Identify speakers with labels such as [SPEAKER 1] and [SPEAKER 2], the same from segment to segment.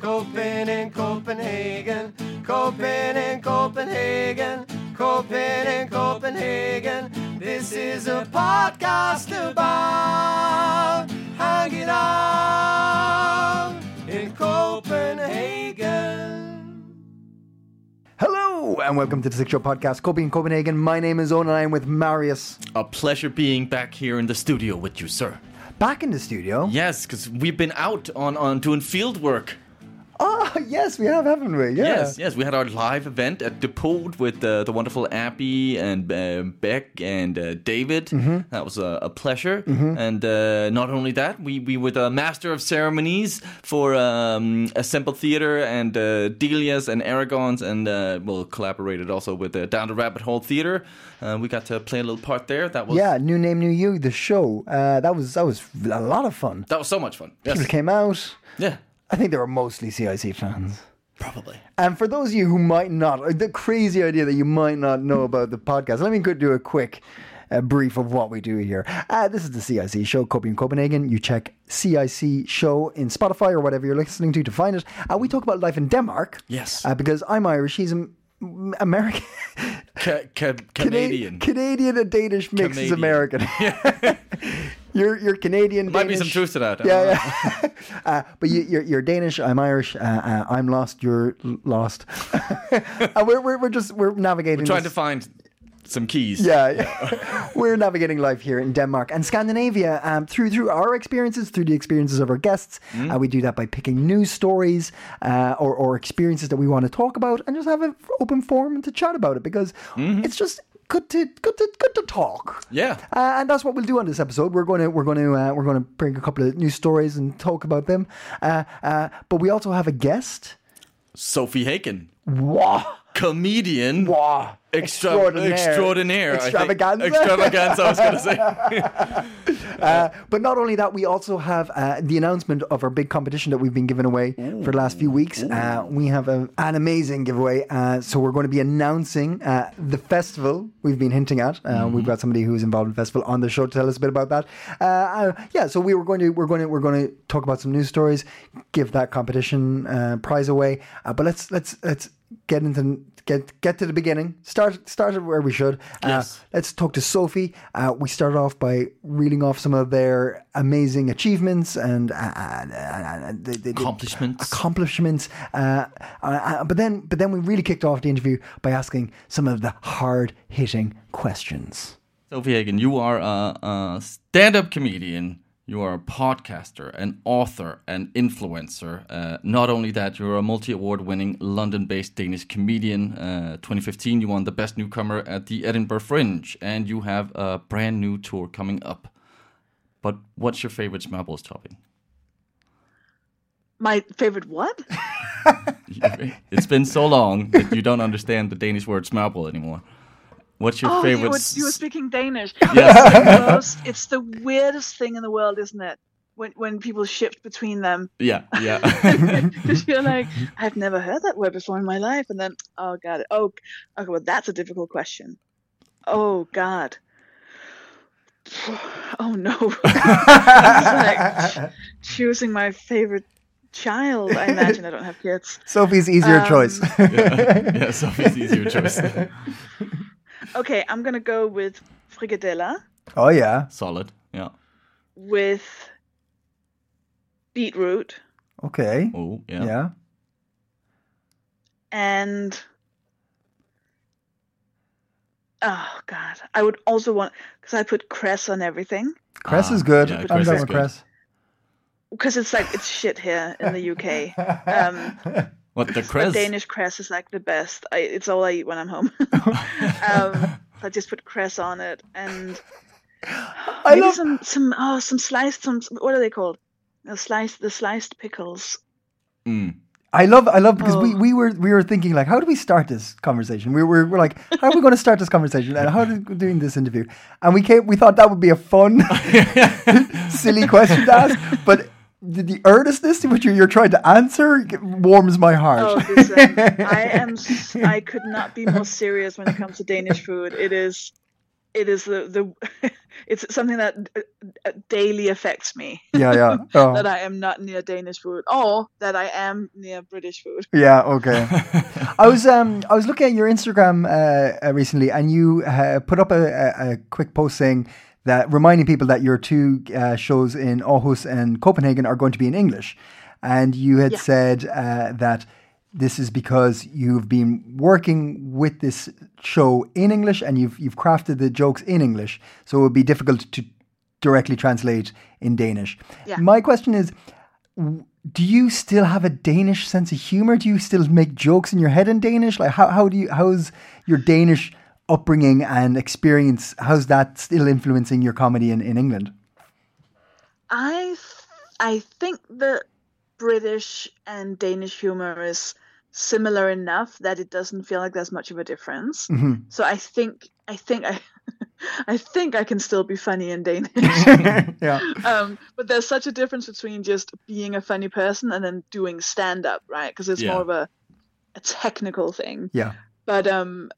[SPEAKER 1] Copen in Copenhagen, Copen in Copenhagen, Copen in Copenhagen. This is a podcast about hanging out in Copenhagen.
[SPEAKER 2] Hello and welcome to the Six Show Podcast, Kobe in Copenhagen. My name is Owen and I am with Marius
[SPEAKER 3] A pleasure being back here in the studio with you, sir.
[SPEAKER 2] back in the studio.
[SPEAKER 3] Yes, because we've been out on, on doing field work.
[SPEAKER 2] Ah, yes, we have, haven't we? Yeah.
[SPEAKER 3] Yes, yes, we had our live event at Depot with uh, the wonderful Abby and uh, Beck and uh, David.
[SPEAKER 2] Mm-hmm.
[SPEAKER 3] That was a, a pleasure. And uh, not only that, we, we were the master of ceremonies for um, Assemble Theater and uh, Delia's and Aragon's, and uh, well, collaborated also with uh, Down the Rabbit Hole Theater. Uh, we got to play a little part there. That was
[SPEAKER 2] Yeah, new name, new you. The show uh, that was that was a lot of fun.
[SPEAKER 3] that was so much fun.
[SPEAKER 2] People
[SPEAKER 3] Yes.
[SPEAKER 2] came out.
[SPEAKER 3] Yeah,
[SPEAKER 2] I think they were mostly CIC fans.
[SPEAKER 3] probably.
[SPEAKER 2] And for those of you who might not, uh, the crazy idea that you might not know about the podcast, let me go do a quick uh, brief of what we do here. Uh, this is the CIC show, Copy in Copenhagen. You check CIC show in Spotify or whatever you're listening to to find it. Uh, we talk about life in Denmark.
[SPEAKER 3] Yes.
[SPEAKER 2] Uh, because I'm Irish, he's Am- American.
[SPEAKER 3] Ca- ca- Canadian.
[SPEAKER 2] Canadian and Danish mix is
[SPEAKER 3] Canadian.
[SPEAKER 2] American. You're, you're Canadian.
[SPEAKER 3] Might be
[SPEAKER 2] Danish.
[SPEAKER 3] some truth to that. I
[SPEAKER 2] Yeah,
[SPEAKER 3] don't
[SPEAKER 2] yeah. uh, but you, you're, you're Danish. I'm Irish. Uh, uh, I'm lost. You're l- lost. and we're, we're, we're just we're navigating.
[SPEAKER 3] Trying to
[SPEAKER 2] this-
[SPEAKER 3] find some keys.
[SPEAKER 2] yeah, yeah. we're navigating life here in Denmark and Scandinavia um, through through our experiences, through the experiences of our guests.
[SPEAKER 3] Mm.
[SPEAKER 2] Uh, we do that by picking news stories uh, or or experiences that we want to talk about, and just have an open forum to chat about it because it's just good to good to good to talk.
[SPEAKER 3] Mm-hmm. Yeah.
[SPEAKER 2] Uh, and that's what we'll do on this episode. We're going to we're going to uh, we're going to bring a couple of news stories and talk about them. Uh, uh, but we also have a guest.
[SPEAKER 3] Sophie Haken,
[SPEAKER 2] Wow!
[SPEAKER 3] comedian.
[SPEAKER 2] Wow!
[SPEAKER 3] Extra-
[SPEAKER 2] extraordinaire,
[SPEAKER 3] extraordinaire I think.
[SPEAKER 2] extravaganza.
[SPEAKER 3] Extravaganza, I was going to say.
[SPEAKER 2] Uh, But not only that, we also have uh, the announcement of our big competition that we've been giving away for the last few weeks. Uh, we have a, an amazing giveaway. Uh, so we're going to be announcing uh, the festival we've been hinting at. Uh, We've got somebody who's involved in the festival on the show to tell us a bit about that. Uh, uh, yeah, so we were going to we're going to we're going to talk about some news stories, give that competition uh, prize away. Uh, but let's let's let's get into get get to the beginning. Start start it where we should. Uh,
[SPEAKER 3] Yes.
[SPEAKER 2] Let's talk to Sophie. Uh, we started off by reeling off some of their amazing achievements and uh, uh, uh, the, the, the
[SPEAKER 3] Accomplishments.
[SPEAKER 2] Accomplishments. Uh, uh, uh, but then, but then we really kicked off the interview by asking some of the hard hitting questions.
[SPEAKER 3] Sophie Hagen, you are a, a stand up comedian. You are a podcaster, an author, an influencer. Uh, not only that, you're a multi award winning London based Danish comedian. Uh, 2015, you won the Best Newcomer at the Edinburgh Fringe, and you have a brand new tour coming up. But what's your favorite Smarbles topping?
[SPEAKER 4] My favorite what?
[SPEAKER 3] it's been so long that you don't understand the Danish word Smarble anymore. What's your
[SPEAKER 4] oh,
[SPEAKER 3] favorite?
[SPEAKER 4] you were,
[SPEAKER 3] s-
[SPEAKER 4] you were speaking Danish.
[SPEAKER 3] Yes.
[SPEAKER 4] It's the most- it's the weirdest thing in the world, isn't it? When when people shift between them,
[SPEAKER 3] yeah, yeah.
[SPEAKER 4] because you're like, I've never heard that word before in my life, and then oh god, oh okay, well that's a difficult question. Oh god. Oh no. I'm just like choosing my favorite child. I imagine I don't have kids.
[SPEAKER 2] Sophie's easier
[SPEAKER 4] Um,
[SPEAKER 2] choice.
[SPEAKER 3] yeah, Sophie's easier choice.
[SPEAKER 4] Okay, I'm gonna go with frigadella.
[SPEAKER 2] oh yeah.
[SPEAKER 3] Solid. Yeah.
[SPEAKER 4] with beetroot
[SPEAKER 2] Okay.
[SPEAKER 3] Oh, yeah.
[SPEAKER 2] Yeah.
[SPEAKER 4] and oh god i would also want because i put cress on everything
[SPEAKER 2] Cress
[SPEAKER 3] Ah,
[SPEAKER 2] is good.
[SPEAKER 3] yeah,
[SPEAKER 2] I'm
[SPEAKER 3] cress
[SPEAKER 2] down
[SPEAKER 3] is
[SPEAKER 2] with
[SPEAKER 3] good.
[SPEAKER 2] Cress.
[SPEAKER 4] because it's like it's shit here in the uk um
[SPEAKER 3] What the
[SPEAKER 4] but
[SPEAKER 3] crest?
[SPEAKER 4] danish cress is like the best I, it's all i eat when i'm home um so i just put cress on it and
[SPEAKER 2] I
[SPEAKER 4] Maybe
[SPEAKER 2] love
[SPEAKER 4] some some oh some sliced some what are they called? The sliced the sliced pickles.
[SPEAKER 2] I love I love because we,
[SPEAKER 4] Oh.
[SPEAKER 2] we were we were thinking like how do we start this conversation? We were we're like how are we going to start this conversation and how are we doing this interview? And we came we thought that would be a fun silly question to ask, but the, the earnestness in which you're, you're trying to answer warms my
[SPEAKER 4] Oh,
[SPEAKER 2] heart.
[SPEAKER 4] listen, I am s- I could not be more serious when it comes to Danish food. It is it is the the it's something that uh, uh, daily affects me
[SPEAKER 2] yeah, yeah. Oh.
[SPEAKER 4] that I am not near Danish food or that I am near British food.
[SPEAKER 2] Yeah. Okay. I was um I was looking at your Instagram uh, uh, recently, and you uh, put up a, a, a quick post saying that reminding people that your two uh, shows in Aarhus and Copenhagen are going to be in English, and you had said uh, that this is because you've been working with this show in English and you've you've crafted the jokes in English, so it would be difficult to directly translate in Danish.
[SPEAKER 4] Yeah.
[SPEAKER 2] My question is do you still have a Danish sense of humor? Do you still make jokes in your head in Danish? Like how how do you how's your Danish upbringing and experience? How's that still influencing your comedy in, in England?
[SPEAKER 4] I th- I think that British and Danish humor is similar enough that it doesn't feel like there's much of a difference.
[SPEAKER 2] Mm-hmm. Hmm.
[SPEAKER 4] So I think I think I I think I can still be funny in Danish.
[SPEAKER 2] Yeah,
[SPEAKER 4] um, but there's such a difference between just being a funny person and then doing stand up, right? Because it's
[SPEAKER 3] Yeah.
[SPEAKER 4] more of a a technical thing
[SPEAKER 2] yeah,
[SPEAKER 4] but um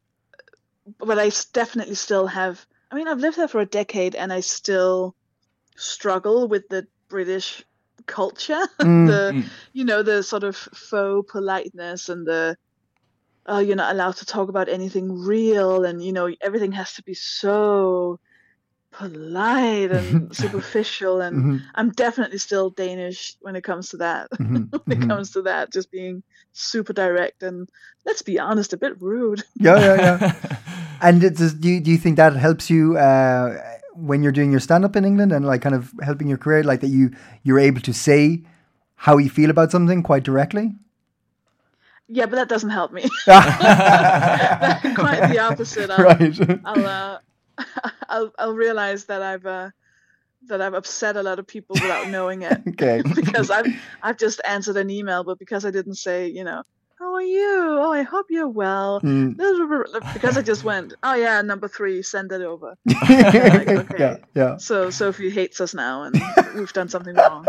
[SPEAKER 4] but i s- definitely still have i mean i've lived there for a decade and i still struggle with the british culture the you know the sort of faux politeness and the oh you're not allowed to talk about anything real and you know everything has to be so polite and superficial
[SPEAKER 2] Mm-hmm.
[SPEAKER 4] and i'm definitely still danish when it comes to that when it comes to that just being super direct and let's be honest a bit rude
[SPEAKER 2] yeah, yeah, yeah. and it does, do you, do you think that helps you uh, when you're doing your stand up in England and like kind of helping your career? Like that you you're able to say how you feel about something quite directly.
[SPEAKER 4] yeah but that doesn't help me quite the opposite I'll, I'll, uh, I'll i'll realize that i've uh, that i've upset a lot of people without knowing it
[SPEAKER 2] okay.
[SPEAKER 4] because I've I've just answered an email, but because I didn't say, you know, how are you? Oh, I hope you're well. Because I just went, oh yeah, number three, send it over. Like, okay.
[SPEAKER 2] Yeah. Yeah.
[SPEAKER 4] So Sophie hates us now, and we've done something wrong.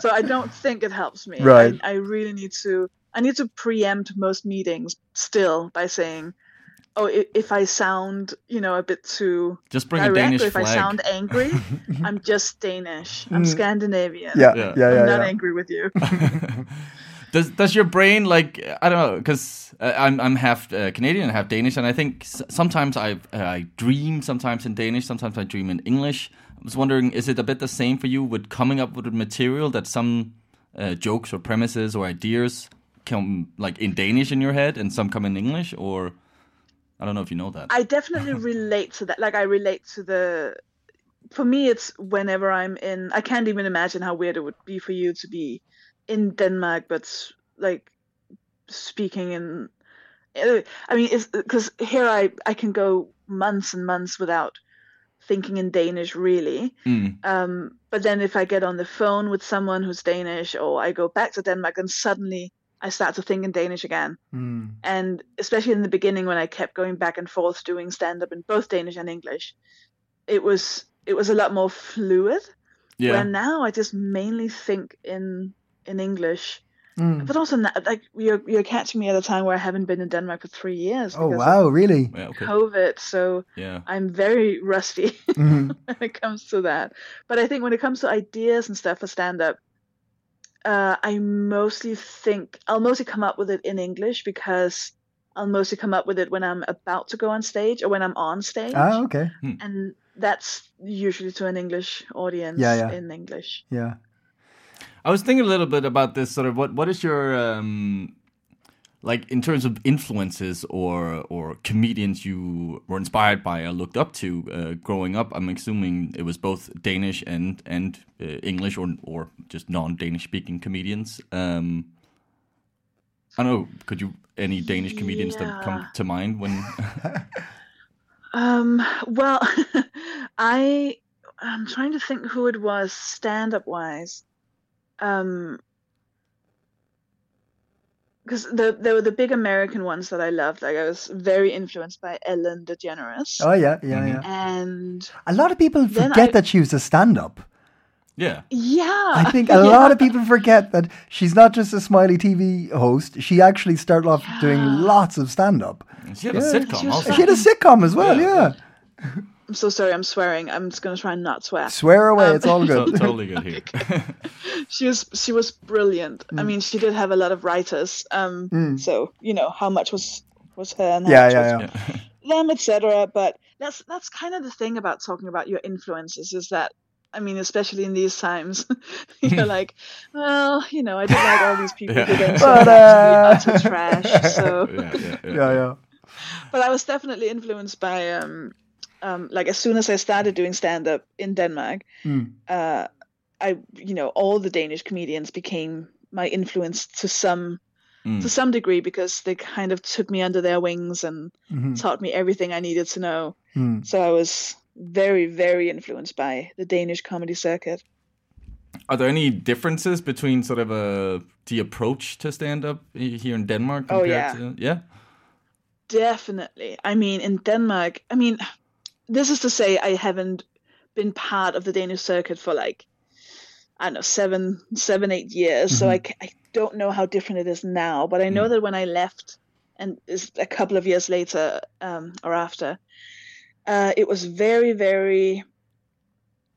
[SPEAKER 4] so I don't think it helps me.
[SPEAKER 2] Right.
[SPEAKER 4] I, I really need to. I need to preempt most meetings still by saying, oh, i- if I sound, you know, a bit too
[SPEAKER 3] Just bring a
[SPEAKER 4] direct,
[SPEAKER 3] Danish
[SPEAKER 4] or if I
[SPEAKER 3] flag.
[SPEAKER 4] sound angry, I'm just Danish. I'm Scandinavian.
[SPEAKER 2] Mm. Yeah. Yeah.
[SPEAKER 3] Yeah.
[SPEAKER 2] Yeah.
[SPEAKER 4] I'm
[SPEAKER 2] yeah,
[SPEAKER 4] not angry with you.
[SPEAKER 3] Does does your brain like I don't know because uh, I'm I'm half uh, Canadian and half Danish and I think s- sometimes I uh, I dream sometimes in Danish sometimes I dream in English. I was wondering is it a bit the same for you with coming up with material that some uh, jokes or premises or ideas come like in Danish in your head and some come in English or I don't know if you know that.
[SPEAKER 4] I definitely relate to that. Like I relate to the. For me, it's whenever I'm in. I can't even imagine how weird it would be for you to be in Denmark, but s- like speaking in. eh, I mean, it's because here I I can go months and months without thinking in Danish really.
[SPEAKER 3] Hmm.
[SPEAKER 4] Um, but then if I get on the phone with someone who's Danish, or I go back to Denmark, and suddenly I start to think in Danish again
[SPEAKER 2] Mm.
[SPEAKER 4] and especially in the beginning when I kept going back and forth doing stand up in both Danish and English, it was it was a lot more fluid.
[SPEAKER 3] yeah.
[SPEAKER 4] Where now I just mainly think in in English,
[SPEAKER 2] Mm.
[SPEAKER 4] but also now, like you're you're catching me at a time where I haven't been in Denmark for three years.
[SPEAKER 2] Oh
[SPEAKER 4] because of
[SPEAKER 2] wow! Really?
[SPEAKER 3] yeah. Okay.
[SPEAKER 4] COVID, so
[SPEAKER 3] Yeah.
[SPEAKER 4] I'm very rusty
[SPEAKER 2] Mhm.
[SPEAKER 4] when it comes to that. But I think when it comes to ideas and stuff for stand up, uh, I mostly think I'll mostly come up with it in English because I'll mostly come up with it when I'm about to go on stage or when I'm on stage.
[SPEAKER 2] Ah, okay.
[SPEAKER 4] And that's usually to an English audience
[SPEAKER 2] Yeah, yeah.
[SPEAKER 4] in English.
[SPEAKER 2] Yeah.
[SPEAKER 3] I was thinking a little bit about this sort of what what is your um like in terms of influences or or comedians you were inspired by or looked up to uh, growing up. I'm assuming it was both Danish and and uh, English or or just non-Danish speaking comedians. Um, I don't know. Could you any Danish comedians that come
[SPEAKER 4] Yeah.
[SPEAKER 3] to mind when?
[SPEAKER 4] Um, well, I I'm trying to think who it was stand up wise. Um because the, there were the big American ones that I loved. Like I was very influenced by Ellen DeGeneres,
[SPEAKER 2] Oh yeah, yeah,
[SPEAKER 3] Mm-hmm.
[SPEAKER 2] yeah.
[SPEAKER 4] and
[SPEAKER 2] A lot of people
[SPEAKER 4] Then
[SPEAKER 2] forget
[SPEAKER 4] I-
[SPEAKER 2] that she was a stand-up.
[SPEAKER 3] Yeah.
[SPEAKER 4] yeah,
[SPEAKER 2] I think a lot of people forget that she's not just a smiley TV host. She actually started off doing lots of stand-up.
[SPEAKER 3] She had a sitcom
[SPEAKER 4] She was
[SPEAKER 3] also.
[SPEAKER 2] She had a sitcom as well.
[SPEAKER 3] Yeah,
[SPEAKER 2] Yeah,
[SPEAKER 4] I'm so sorry, I'm swearing. I'm just gonna try and not swear.
[SPEAKER 2] swear away, it's
[SPEAKER 4] Um,
[SPEAKER 2] all
[SPEAKER 3] To-
[SPEAKER 2] good.
[SPEAKER 3] totally good here.
[SPEAKER 4] she was she was brilliant.
[SPEAKER 2] Mm.
[SPEAKER 4] I mean, she did have a lot of writers. Um, so you know how much was was her and how
[SPEAKER 2] Yeah,
[SPEAKER 4] much
[SPEAKER 2] yeah,
[SPEAKER 4] was
[SPEAKER 2] yeah.
[SPEAKER 4] them, etc. But that's that's kind of the thing about talking about your influences is that I mean, especially in these times, you're like, well, you know, I did like all these people,
[SPEAKER 3] Yeah.
[SPEAKER 4] but then
[SPEAKER 2] But, uh,
[SPEAKER 4] utter trash. So,
[SPEAKER 3] yeah, yeah, yeah.
[SPEAKER 2] yeah, yeah.
[SPEAKER 4] but I was definitely influenced by um, um, like as soon as I started doing stand up in Denmark, uh, I you know all the Danish comedians became my influence to some
[SPEAKER 3] Mm.
[SPEAKER 4] to some degree because they kind of took me under their wings and
[SPEAKER 2] Mm-hmm, Hmm.
[SPEAKER 4] taught me everything I needed to know. So I was very very influenced by the Danish comedy circuit.
[SPEAKER 3] Are there any differences between sort of uh, the approach to stand up here in Denmark
[SPEAKER 4] Oh,
[SPEAKER 3] compared
[SPEAKER 4] yeah.
[SPEAKER 3] to yeah?
[SPEAKER 4] Definitely. I mean, in Denmark, I mean, this is to say I haven't been part of the Danish circuit for like, I don't know, seven, seven, eight years. So I, ca- I don't know how different it is now, but I know that when I left and is a couple of years later um, or after, uh, it was very, very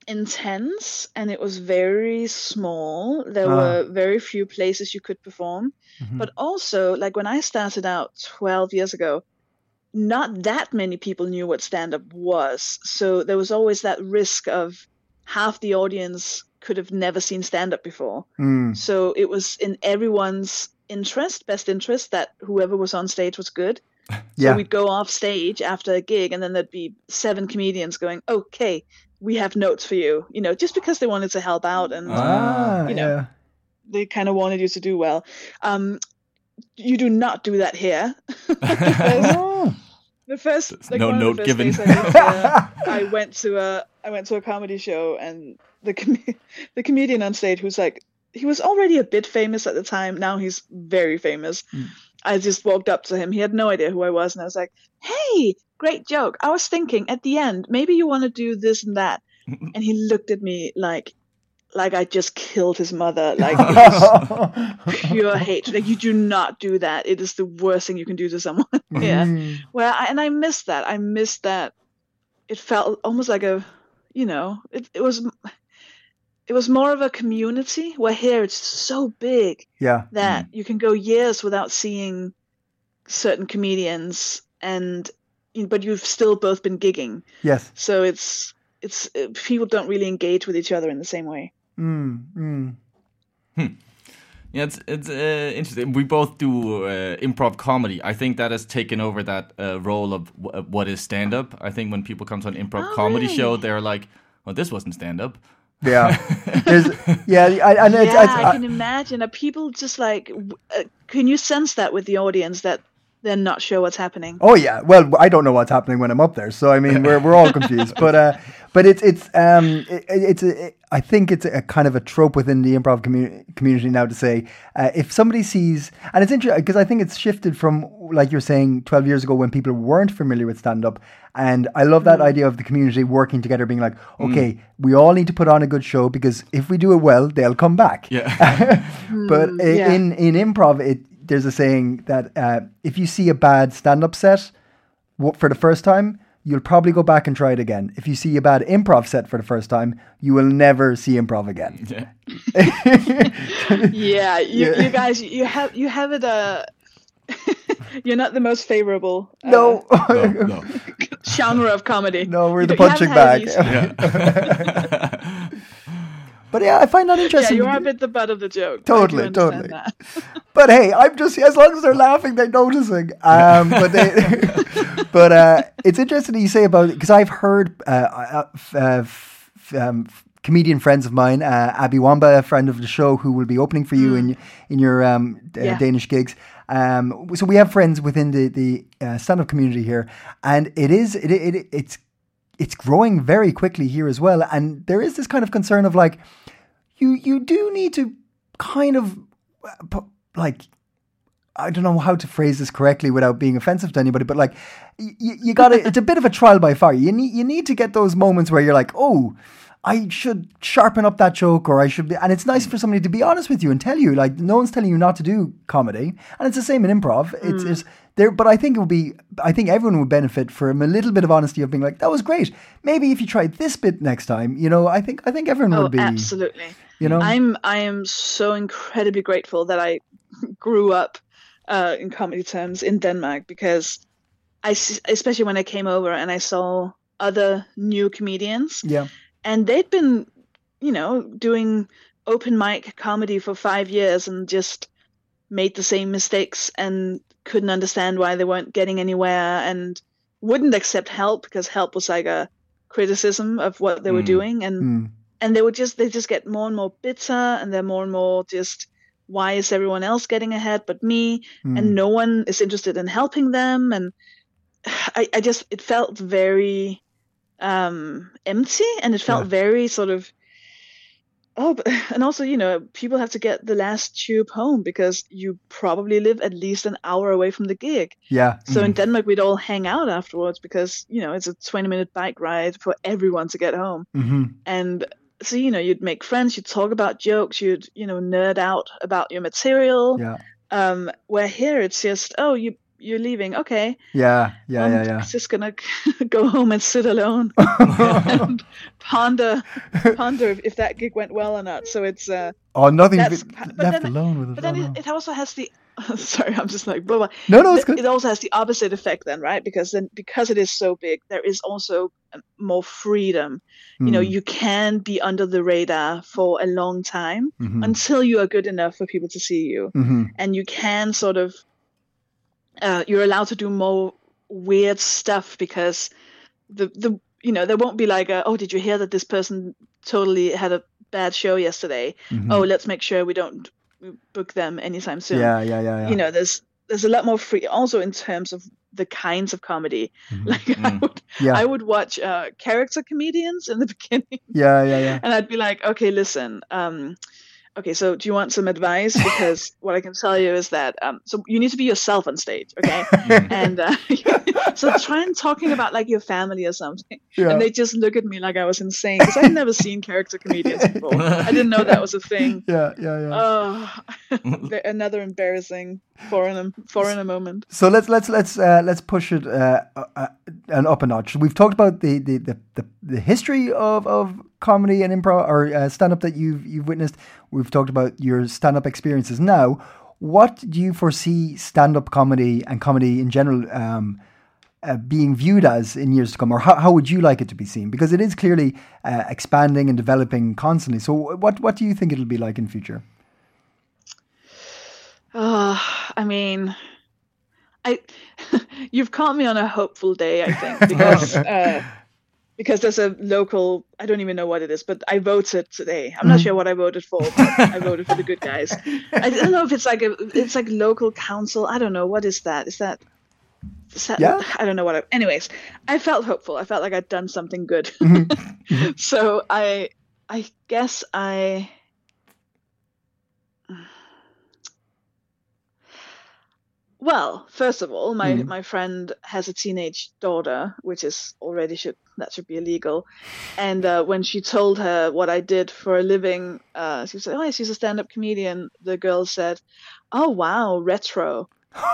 [SPEAKER 4] intense and it was very small. There
[SPEAKER 2] Ah.
[SPEAKER 4] were very few places you could perform. But also, like when I started out 12 years ago, not that many people knew what stand up was. So there was always that risk of half the audience could have never seen stand up before.
[SPEAKER 2] Mm.
[SPEAKER 4] So it was in everyone's interest, best interest, that whoever was on stage was good.
[SPEAKER 2] Yeah.
[SPEAKER 4] So we'd go off stage after a gig, and then there'd be seven comedians going, "Okay, we have notes for you," you know, just because they wanted to help out and
[SPEAKER 3] Uh-huh.
[SPEAKER 2] ah,
[SPEAKER 4] you know.
[SPEAKER 2] yeah.
[SPEAKER 4] they kind of wanted you to do well. Um, you do not do that here. Because
[SPEAKER 2] Oh.
[SPEAKER 4] the first, like,
[SPEAKER 3] no
[SPEAKER 4] one of the
[SPEAKER 3] note
[SPEAKER 4] first
[SPEAKER 3] given.
[SPEAKER 4] days I went to, uh, I went to a I went to a comedy show, and the com- the comedian on stage who's like he was already a bit famous at the time. Now he's very famous. I just walked up to him. He had no idea who I was, and I was like, "Hey, great joke! I was thinking at the end, maybe you want to do this and that." and he looked at me like, like I just killed his mother. Like it was pure hatred. Like you do not do that. It is the worst thing you can do to someone. yeah.
[SPEAKER 2] Mm.
[SPEAKER 4] Well, I, and I missed that. I missed that. It felt almost like a, you know, it, it was, it was more of a community. Where here it's so big
[SPEAKER 2] yeah.
[SPEAKER 4] that you can go years without seeing certain comedians, and but you've still both been gigging.
[SPEAKER 2] Yes.
[SPEAKER 4] So it's it's uh, people don't really engage with each other in the same way.
[SPEAKER 2] Mm, mm.
[SPEAKER 3] Yeah, it's it's uh, interesting. We both do uh, improv comedy. I think that has taken over that uh, role of w- of what is stand up. I think when people come to an improv
[SPEAKER 4] Oh,
[SPEAKER 3] comedy
[SPEAKER 4] really?
[SPEAKER 3] show, they're like, "Well, this wasn't stand up."
[SPEAKER 2] Yeah. There's, yeah. I, and it's,
[SPEAKER 4] yeah,
[SPEAKER 2] it's,
[SPEAKER 4] I can imagine. Are people just like? w- Uh, can you sense that with the audience that they're not sure what's happening?
[SPEAKER 2] Oh yeah. Well, I don't know what's happening when I'm up there, so I mean, we're we're all confused. but uh, but it's it's um it, it's a, I think it's a kind of a trope within the improv commu- community now to say uh, if somebody sees and it's interesting because I think it's shifted from like you're saying 12 years ago when people weren't familiar with stand up and I love
[SPEAKER 4] Mm.
[SPEAKER 2] that idea of the community working together being like okay we all need to put on a good show because if we do it well they'll come back
[SPEAKER 3] Yeah.
[SPEAKER 2] but i
[SPEAKER 4] Mm, yeah.
[SPEAKER 2] in in improv, it there's a saying that uh, if you see a bad stand up set w- for the first time, you'll probably go back and try it again. If you see a bad improv set for the first time, you will never see improv again.
[SPEAKER 4] yeah, you, you guys, you have you have it. Uh, you're not the most favorable uh,
[SPEAKER 2] No,
[SPEAKER 3] no, no.
[SPEAKER 4] genre of comedy.
[SPEAKER 2] no, we're
[SPEAKER 4] You
[SPEAKER 2] the
[SPEAKER 4] don't-
[SPEAKER 2] punching
[SPEAKER 4] you haven't had
[SPEAKER 2] bag.
[SPEAKER 4] these-
[SPEAKER 2] but yeah, I find that
[SPEAKER 4] Yeah,
[SPEAKER 2] interesting.
[SPEAKER 4] you are a bit the butt of the joke. I do
[SPEAKER 2] Totally,
[SPEAKER 4] understand
[SPEAKER 2] totally.
[SPEAKER 4] that.
[SPEAKER 2] but hey, I'm just as long as they're laughing, they're noticing. Um, but they, but uh, it's interesting that you say about it because I've heard uh, uh, f- uh, f- um, f- comedian friends of mine, uh, Abby Wamba, a friend of the show, who will be opening for you in in your um, d- uh,
[SPEAKER 4] Yeah.
[SPEAKER 2] Danish gigs. Um, so we have friends within the the uh, stand up community here, and it is it, it it's it's growing very quickly here as well. And there is this kind of concern of like, you you do need to kind of uh, pu- like I don't know how to phrase this correctly without being offensive to anybody, but like you, you got to it's a bit of a trial by fire. You need you need to get those moments where you're like, oh, I should sharpen up that joke, or I should be. And it's nice for somebody to be honest with you and tell you, like, no one's telling you not to do comedy, and it's the same in improv. It's,
[SPEAKER 4] Mm.
[SPEAKER 2] it's there, but I think it would be. I think everyone would benefit from a little bit of honesty of being like, that was great. Maybe if you tried this bit next time, you know, I think I think everyone
[SPEAKER 4] Oh,
[SPEAKER 2] would be.
[SPEAKER 4] absolutely.
[SPEAKER 2] You know,
[SPEAKER 4] I'm I am so incredibly grateful that I grew up uh, in comedy terms in Denmark because I s- especially when I came over and I saw other new comedians
[SPEAKER 2] yeah,
[SPEAKER 4] and they'd been you know doing open mic comedy for 5 years and just made the same mistakes and couldn't understand why they weren't getting anywhere and wouldn't accept help because help was like a criticism of what they were
[SPEAKER 3] Mm.
[SPEAKER 4] doing and
[SPEAKER 2] Mm.
[SPEAKER 4] and they would just they just get more and more bitter and they're more and more just why is everyone else getting ahead but me
[SPEAKER 2] mm,
[SPEAKER 4] and no one is interested in helping them and i, I just it felt very um empty and it felt
[SPEAKER 2] Yeah.
[SPEAKER 4] very sort of oh but, and also you know people have to get the last tube home because you probably live at least an hour away from the gig
[SPEAKER 2] yeah. Mm,
[SPEAKER 4] so in denmark we'd all hang out afterwards because you know it's a 20 minute bike ride for everyone to get home
[SPEAKER 2] hmm
[SPEAKER 4] and so you know you'd make friends you'd talk about jokes you'd you know nerd out about your material
[SPEAKER 2] Yeah,
[SPEAKER 4] um where here it's just oh you you're leaving okay
[SPEAKER 2] yeah, yeah,
[SPEAKER 4] i'm
[SPEAKER 2] yeah, yeah.
[SPEAKER 4] just gonna go home and sit alone and ponder ponder if- if that gig went well or not so it's uh
[SPEAKER 2] Oh, nothing
[SPEAKER 4] That's-
[SPEAKER 2] be-
[SPEAKER 4] but
[SPEAKER 2] left
[SPEAKER 4] then-
[SPEAKER 2] alone with it.
[SPEAKER 4] but then
[SPEAKER 2] oh,
[SPEAKER 4] it,
[SPEAKER 2] no.
[SPEAKER 4] it also has the sorry i'm just like blah blah
[SPEAKER 2] no, no, it's
[SPEAKER 4] Th-
[SPEAKER 2] good.
[SPEAKER 4] it also has the opposite effect then right because then because it is so big there is also um, more freedom you know
[SPEAKER 2] Mm.
[SPEAKER 4] you can be under the radar for a long time
[SPEAKER 2] Mhm.
[SPEAKER 4] until you are good enough for people to see you
[SPEAKER 2] Mhm.
[SPEAKER 4] and you can sort of uh, you're allowed to do more weird stuff because the the you know there won't be like a, oh did you hear that this person totally had a bad show yesterday
[SPEAKER 2] Mhm.
[SPEAKER 4] oh let's make sure we don't book them anytime soon
[SPEAKER 2] Yeah, yeah, yeah, yeah.
[SPEAKER 4] you know there's there's a lot more free also in terms of the kinds of comedy like I,
[SPEAKER 3] Mm.
[SPEAKER 4] would,
[SPEAKER 2] Mm-hmm. Hmm. yeah,
[SPEAKER 4] I would watch uh, character comedians in the beginning
[SPEAKER 2] yeah, yeah, yeah.
[SPEAKER 4] and i'd be like okay listen um okay so do you want some advice because what i can tell you is that um so you need to be yourself on stage okay and uh, so try and talking about like your family or something
[SPEAKER 2] Yeah.
[SPEAKER 4] and they just look at me like i was insane because i've never seen character comedians before i didn't know that was a thing
[SPEAKER 2] yeah, yeah, yeah.
[SPEAKER 4] Oh, the- another embarrassing foreigner foreigner moment.
[SPEAKER 2] so let's let's let's uh, let's push it uh, uh, uh, an up a notch. We've talked about the the, the, the, the history of, of comedy and improv or uh, stand up that you've you've witnessed. We've talked about your stand up experiences. Now, what do you foresee stand up comedy and comedy in general um, uh, being viewed as in years to come, or how, how would you like it to be seen? Because it is clearly uh, expanding and developing constantly. So, what what do you think it'll be like in future?
[SPEAKER 4] Oh, I mean, I you've caught me on a hopeful day, I think, because uh, because there's a local. I don't even know what it is, but I voted today. I'm not sure what I voted for. But I voted for the good guys. I don't know if it's like a it's like local council. I don't know what is that. Is that is that,
[SPEAKER 2] Yeah.
[SPEAKER 4] I don't know what. I, anyways, I felt hopeful. I felt like I'd done something good. so I I guess I Well, first of all, my,
[SPEAKER 2] Mm.
[SPEAKER 4] my friend has a teenage daughter, which is already should that should be illegal. And uh, when she told her what I did for a living, uh, she said, "Oh, she's a stand-up comedian." The girl said, "Oh, wow, retro."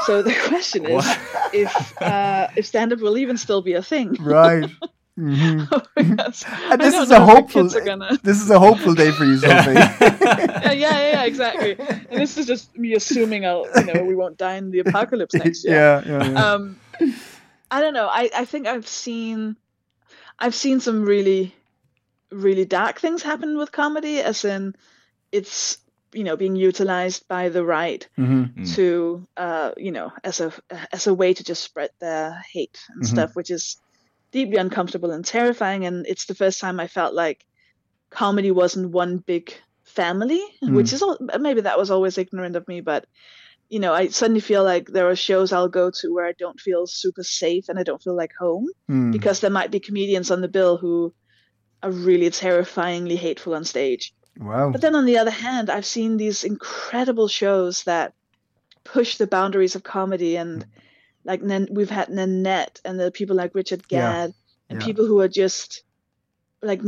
[SPEAKER 4] So the question is, if uh, if stand-up will even still be a thing?
[SPEAKER 2] Right. hmm
[SPEAKER 4] Because I
[SPEAKER 2] And this
[SPEAKER 4] don't
[SPEAKER 2] is
[SPEAKER 4] know
[SPEAKER 2] a
[SPEAKER 4] if the
[SPEAKER 2] hopeful.
[SPEAKER 4] kids are gonna-
[SPEAKER 2] This is a hopeful day for you, Sophie.
[SPEAKER 4] yeah, yeah, yeah, yeah, exactly. And this is just me assuming I'll, you know, we won't die in the apocalypse next year.
[SPEAKER 2] yeah, yeah, yeah.
[SPEAKER 4] um i don't know i i think i've seen i've seen some really really dark things happen with comedy as in it's you know being utilized by the right
[SPEAKER 2] Mhm.
[SPEAKER 4] to uh you know as a as a way to just spread their hate and stuff which is deeply uncomfortable and terrifying and it's the first time i felt like comedy wasn't one big family which is all maybe that was always ignorant of me but you know, I suddenly feel like there are shows I'll go to where I don't feel super safe and I don't feel like home
[SPEAKER 2] Mm.
[SPEAKER 4] because there might be comedians on the bill who are really terrifyingly hateful on stage.
[SPEAKER 2] Wow.
[SPEAKER 4] But then on the other hand, I've seen these incredible shows that push the boundaries of comedy
[SPEAKER 2] Mm.
[SPEAKER 4] and like Nan- we've had Nanette and the people like Richard
[SPEAKER 2] Yeah.
[SPEAKER 4] Gadd and
[SPEAKER 2] Yeah.
[SPEAKER 4] people who are just like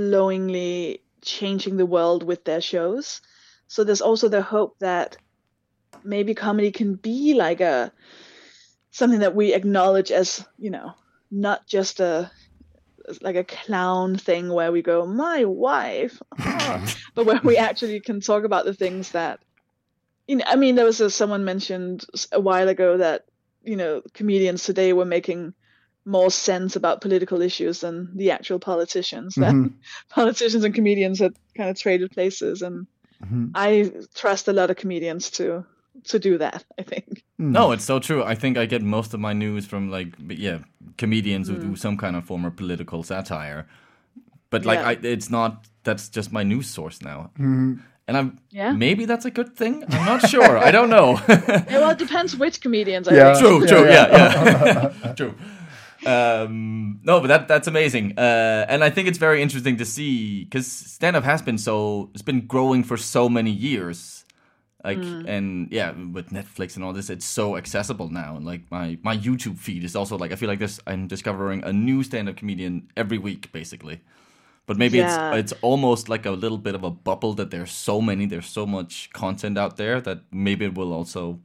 [SPEAKER 4] mind-blowingly changing the world with their shows. So there's also the hope that maybe comedy can be like a something that we acknowledge as, you know, not just a like a clown thing where we go, my wife, oh," but where we actually can talk about the things that, you know, I mean, there was a, someone mentioned s- a while ago that, you know, comedians today were making more sense about political issues than the actual politicians. That
[SPEAKER 2] Mhm.
[SPEAKER 4] politicians and comedians had kind of traded places, and
[SPEAKER 2] Mhm.
[SPEAKER 4] I trust a lot of comedians to to do that. I think.
[SPEAKER 2] Mm. Hmm.
[SPEAKER 3] No, it's so true. I think I get most of my news from like b- yeah, comedians who do some kind of form of political satire. But like
[SPEAKER 4] Yeah.
[SPEAKER 3] I, it's not that's just my news source now. And I'm
[SPEAKER 4] Yeah.
[SPEAKER 3] maybe that's a good thing. I'm not sure. I don't know.
[SPEAKER 4] Yeah, well, it depends which comedians. I
[SPEAKER 2] Yeah.
[SPEAKER 4] think.
[SPEAKER 3] true, true, yeah, yeah. true. Um, no, but that that's amazing, uh, and I think it's very interesting to see because stand up has been so it's been growing for so many years, like and yeah, with Netflix and all this, it's so accessible now. And like my my YouTube feed is also like I feel like this I'm discovering a new stand up comedian every week basically, but maybe
[SPEAKER 4] Yeah.
[SPEAKER 3] it's it's almost like a little bit of a bubble that there's so many there's so much content out there that maybe it will also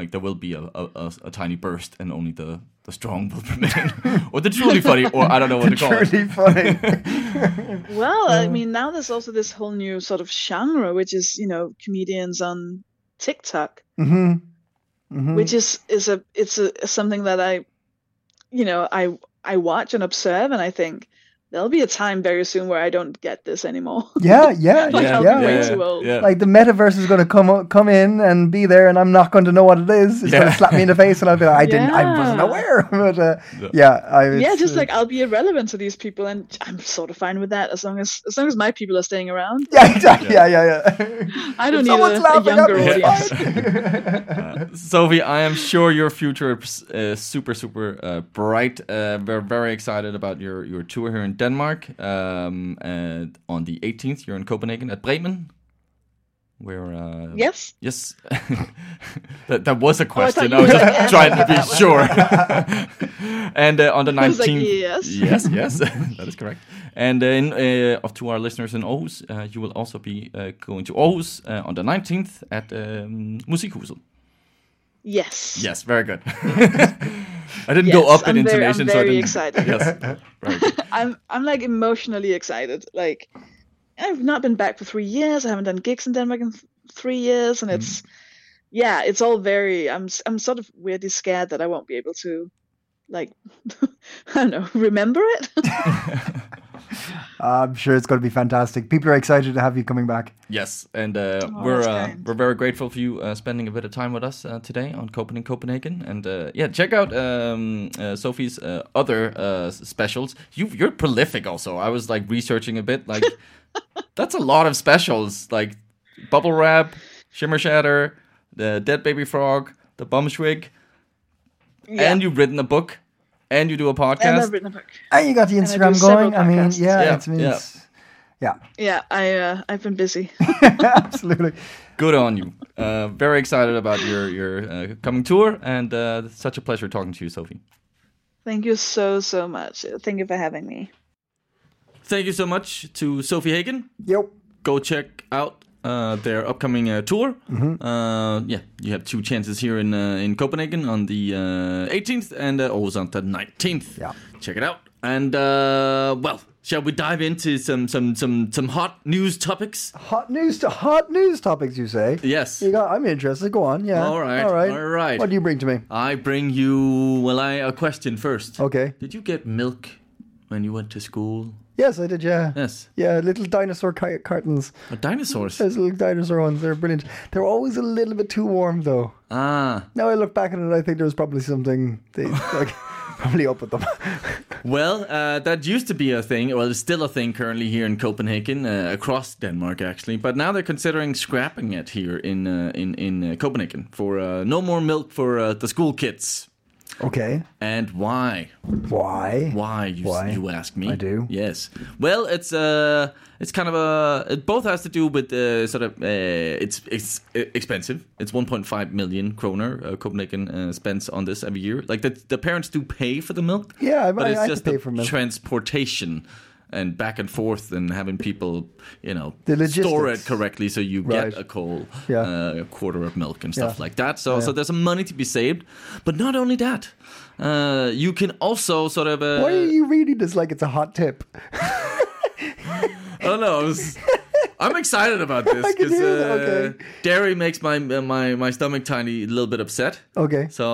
[SPEAKER 3] like there will be a, a, a, a tiny burst and only the, the strong will remain or the truly funny or i don't know what to call it
[SPEAKER 2] Pretty funny.
[SPEAKER 4] Well, I
[SPEAKER 2] Um,
[SPEAKER 4] mean, now there's also this whole new sort of genre, which is you know comedians on TikTok,
[SPEAKER 2] hmm Mhm.
[SPEAKER 4] which is is a it's a something that I, you know, I I watch and observe, and I think there'll be a time very soon where I don't get this anymore.
[SPEAKER 2] Yeah, yeah,
[SPEAKER 4] Like,
[SPEAKER 2] yeah.
[SPEAKER 4] I'm
[SPEAKER 2] yeah.
[SPEAKER 4] way too old.
[SPEAKER 2] Like the metaverse is going to come o- come in and be there, and I'm not going to know what it is. It's going
[SPEAKER 3] Yeah.
[SPEAKER 2] to slap me in the face, and I'll be like, I didn't, I wasn't
[SPEAKER 4] Yeah.
[SPEAKER 2] aware. but uh,
[SPEAKER 3] Yeah.
[SPEAKER 2] yeah, I was,
[SPEAKER 4] yeah, just
[SPEAKER 2] uh,
[SPEAKER 4] like I'll be irrelevant to these people, and I'm sort of fine with that as long as as long as my people are staying around.
[SPEAKER 2] yeah, exactly, yeah, yeah, yeah.
[SPEAKER 4] I don't
[SPEAKER 2] If
[SPEAKER 4] need a,
[SPEAKER 2] someone's
[SPEAKER 4] a
[SPEAKER 2] laughing at
[SPEAKER 4] younger
[SPEAKER 2] me, it's
[SPEAKER 4] audience.
[SPEAKER 3] sophie i am sure your future is uh, super super uh, bright uh, we're very excited about your, your tour here in denmark um, and on the 18th you're in copenhagen at bremen where uh,
[SPEAKER 4] Yes.
[SPEAKER 3] Yes, that, that was a
[SPEAKER 4] Oh, I thought
[SPEAKER 3] question.
[SPEAKER 4] you
[SPEAKER 3] I, was
[SPEAKER 4] were
[SPEAKER 3] just
[SPEAKER 4] gonna
[SPEAKER 3] trying
[SPEAKER 4] answer
[SPEAKER 3] to be
[SPEAKER 4] that one.
[SPEAKER 3] sure. and uh, on the
[SPEAKER 4] was like,
[SPEAKER 3] nineteenth,
[SPEAKER 4] yes.
[SPEAKER 3] yes, yes, that is correct. And then uh, of- to our listeners in Aarhus, uh, you will also be uh, going to Aarhus uh, on the nineteenth at um, Musikhuset.
[SPEAKER 4] Yes.
[SPEAKER 3] Yes, very good. I didn't go
[SPEAKER 4] Yes,
[SPEAKER 3] up in
[SPEAKER 4] I'm very- I'm
[SPEAKER 3] intonation, so I
[SPEAKER 4] very
[SPEAKER 3] didn't.
[SPEAKER 4] excited.
[SPEAKER 3] Yes, very good.
[SPEAKER 4] I'm I'm like emotionally excited. Like I've not been back for three years. I haven't done gigs in Denmark in th- three years, and it's yeah, it's all very. I'm s- I'm sort of weirdly scared that I won't be able to, like, I don't know, remember it.
[SPEAKER 2] I'm sure it's going to be fantastic. People are excited to have you coming back.
[SPEAKER 3] Yes, and uh,
[SPEAKER 4] Oh,
[SPEAKER 3] we're
[SPEAKER 4] that's
[SPEAKER 3] uh,
[SPEAKER 4] kind.
[SPEAKER 3] we're very grateful for you uh, spending a bit of time with us uh, today on Copenhagen, Copenhagen, and uh, yeah, check out um, uh, Sophie's uh, other uh, s- specials. You you're prolific, also. I was like researching a bit, like that's a lot of specials, like bubble wrap, shimmer shatter, the dead baby frog, the bumschwig,
[SPEAKER 4] Yeah.
[SPEAKER 3] and you've written a book, and you do a
[SPEAKER 4] and
[SPEAKER 3] podcast.
[SPEAKER 4] I've written a book.
[SPEAKER 2] And you got the
[SPEAKER 4] do
[SPEAKER 2] Instagram
[SPEAKER 4] several
[SPEAKER 2] going. I mean,
[SPEAKER 4] podcasts.
[SPEAKER 2] yeah,
[SPEAKER 3] Yeah,
[SPEAKER 2] it's, I mean,
[SPEAKER 3] yeah.
[SPEAKER 2] it's- yeah,
[SPEAKER 4] Yeah, I uh, I've been busy.
[SPEAKER 2] absolutely.
[SPEAKER 3] Good on you. Uh, very excited about your your uh, coming tour, and uh, such a pleasure talking to you, Sophie.
[SPEAKER 4] Thank you so so much. Thank you for having me.
[SPEAKER 3] Thank you so much to Sophie Hagen.
[SPEAKER 2] Yep.
[SPEAKER 3] Go check out uh, their upcoming uh, tour.
[SPEAKER 2] Mm-hmm.
[SPEAKER 3] Uh, yeah, you have two chances here in uh, in Copenhagen on the uh, 18th and uh, Aarhus on the 19th.
[SPEAKER 2] Yeah.
[SPEAKER 3] check it out. And uh, well, shall we dive into some some some some hot news topics?
[SPEAKER 2] Hot news to hot news topics, you say?
[SPEAKER 3] Yes.
[SPEAKER 2] You got, I'm interested. Go on. Yeah.
[SPEAKER 3] All right, all right.
[SPEAKER 2] What do you bring to me?
[SPEAKER 3] I bring you well, I a question first.
[SPEAKER 2] Okay.
[SPEAKER 3] Did you get milk when you went to school?
[SPEAKER 2] Yes, I did. Yeah.
[SPEAKER 3] Yes.
[SPEAKER 2] Yeah, little dinosaur ca- cartons.
[SPEAKER 3] Or dinosaurs?
[SPEAKER 2] Those little dinosaur ones, they're brilliant. They're always a little bit too warm, though.
[SPEAKER 3] Ah.
[SPEAKER 2] Now I look back at it, I think there was probably something they like, probably up with them.
[SPEAKER 3] Well, uh, that used to be a thing. Well, it's still a thing currently here in Copenhagen, uh, across Denmark actually. But now they're considering scrapping it here in uh, in in uh, Copenhagen for uh, no more milk for uh, the school kids.
[SPEAKER 2] Okay.
[SPEAKER 3] And why?
[SPEAKER 2] Why?
[SPEAKER 3] Why you
[SPEAKER 2] Why?
[SPEAKER 3] you ask me?
[SPEAKER 2] I do.
[SPEAKER 3] Yes. Well, it's uh it's kind of a it both has to do with uh, sort of uh, it's it's expensive. It's 1.5 million kroner uh, Copenhagen uh, spends on this every year. Like the the parents do pay for the milk.
[SPEAKER 2] Yeah, I-
[SPEAKER 3] but
[SPEAKER 2] I-
[SPEAKER 3] it's
[SPEAKER 2] I
[SPEAKER 3] just
[SPEAKER 2] pay
[SPEAKER 3] the
[SPEAKER 2] for milk.
[SPEAKER 3] transportation and back and forth and having people you know
[SPEAKER 2] The
[SPEAKER 3] store
[SPEAKER 2] logistics.
[SPEAKER 3] it correctly so you
[SPEAKER 2] Right.
[SPEAKER 3] get a cold
[SPEAKER 2] Yeah.
[SPEAKER 3] uh, a quarter of milk and stuff
[SPEAKER 2] Yeah.
[SPEAKER 3] like that. So so there's some money to be saved, but not only that. Uh, you can also sort of uh,
[SPEAKER 2] Why are you reading this like it's a hot tip?
[SPEAKER 3] I don't know. I was, I'm excited about this
[SPEAKER 2] I can
[SPEAKER 3] because
[SPEAKER 2] hear that,
[SPEAKER 3] uh,
[SPEAKER 2] okay.
[SPEAKER 3] dairy makes my uh, my my stomach tiny little bit upset.
[SPEAKER 2] Okay.
[SPEAKER 3] So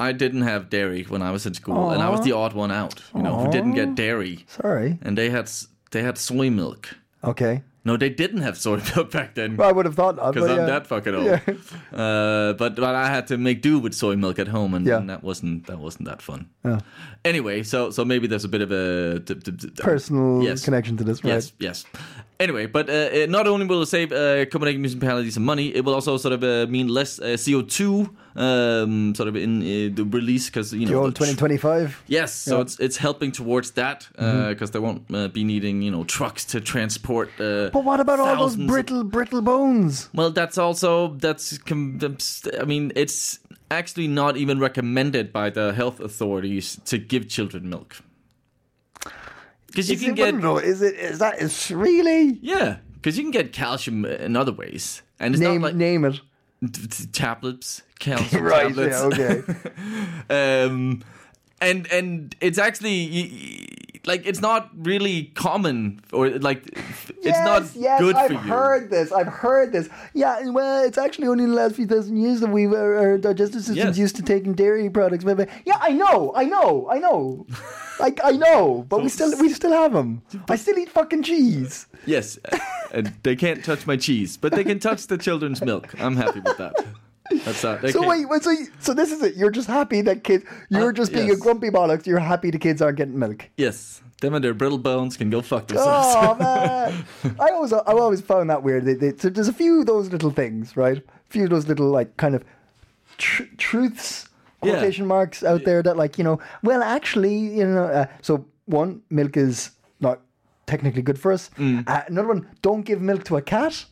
[SPEAKER 3] I didn't have dairy when I was in school, and I was the odd one out. You know, who didn't get dairy,
[SPEAKER 2] Sorry.
[SPEAKER 3] and they had s- they had soy milk.
[SPEAKER 2] Okay.
[SPEAKER 3] No, they didn't have soy milk back then.
[SPEAKER 2] Well, I would have thought not.
[SPEAKER 3] because
[SPEAKER 2] but
[SPEAKER 3] I'm
[SPEAKER 2] yeah.
[SPEAKER 3] that fucking old, uh, but but I had to make do with soy milk at home, and,
[SPEAKER 2] Yeah.
[SPEAKER 3] and that wasn't that wasn't that fun. Anyway, so so maybe there's a bit of a d- d- d-
[SPEAKER 2] Personal
[SPEAKER 3] Yes.
[SPEAKER 2] connection to this, right?
[SPEAKER 3] Yes, yes. Anyway, but uh, uh, not only will it save uh, Copenhagen municipality some money, it will also sort of uh, mean less uh, CO2 um, sort of in uh, the release because you know
[SPEAKER 2] The old
[SPEAKER 3] the-
[SPEAKER 2] 2025.
[SPEAKER 3] Yes, so
[SPEAKER 2] Yeah. Mm-hmm.
[SPEAKER 3] it's it's helping towards that because they won't uh, be needing you know trucks to transport. Uh,
[SPEAKER 2] But what about all those
[SPEAKER 3] thousands of-
[SPEAKER 2] brittle, brittle bones?
[SPEAKER 3] well, that's also that's. com- that's- I mean, it's actually not even recommended by the health authorities to give children milk because you
[SPEAKER 2] Is
[SPEAKER 3] can
[SPEAKER 2] it-
[SPEAKER 3] get
[SPEAKER 2] I don't know, Is it? Is that? Is really?
[SPEAKER 3] yeah because you can get calcium in other ways and it's
[SPEAKER 2] Name,
[SPEAKER 3] not like
[SPEAKER 2] name it.
[SPEAKER 3] t- t- tablets, calcium
[SPEAKER 2] Right.
[SPEAKER 3] tablets.
[SPEAKER 2] Yeah. Okay.
[SPEAKER 3] um, and and it's actually y- y- like it's not really common or like it's not
[SPEAKER 2] Yes, yes,
[SPEAKER 3] good
[SPEAKER 2] I've
[SPEAKER 3] for you.
[SPEAKER 2] heard this. I've heard this. Yeah, and, well, it's actually only in the last few thousand years that we were, our digestive systems
[SPEAKER 3] Yes.
[SPEAKER 2] used to taking dairy products. But, but- yeah, I know, I know, I know, like I know. But we
[SPEAKER 3] So-
[SPEAKER 2] still we still have them. I still eat fucking cheese.
[SPEAKER 3] Yes, and they can't touch my cheese, but they can touch the children's milk. I'm happy with that. That's that. They
[SPEAKER 2] So
[SPEAKER 3] can't-
[SPEAKER 2] wait, wait, so you- so this is it. You're just happy that kids. You're
[SPEAKER 3] Uh,
[SPEAKER 2] just being a
[SPEAKER 3] yes.
[SPEAKER 2] grumpy bollocks. You're happy the kids aren't getting milk.
[SPEAKER 3] Yes, them and their brittle bones can go fuck themselves.
[SPEAKER 2] Oh man, I always I always found that weird. They, they, so there's a few of those little things, right? A few of those little like kind of tr- truths
[SPEAKER 3] Yeah.
[SPEAKER 2] quotation marks out there that like you know. Well, actually, you know. Uh, so one, milk is not technically good for us.
[SPEAKER 3] Mm.
[SPEAKER 2] Uh, another one, don't give milk to a cat.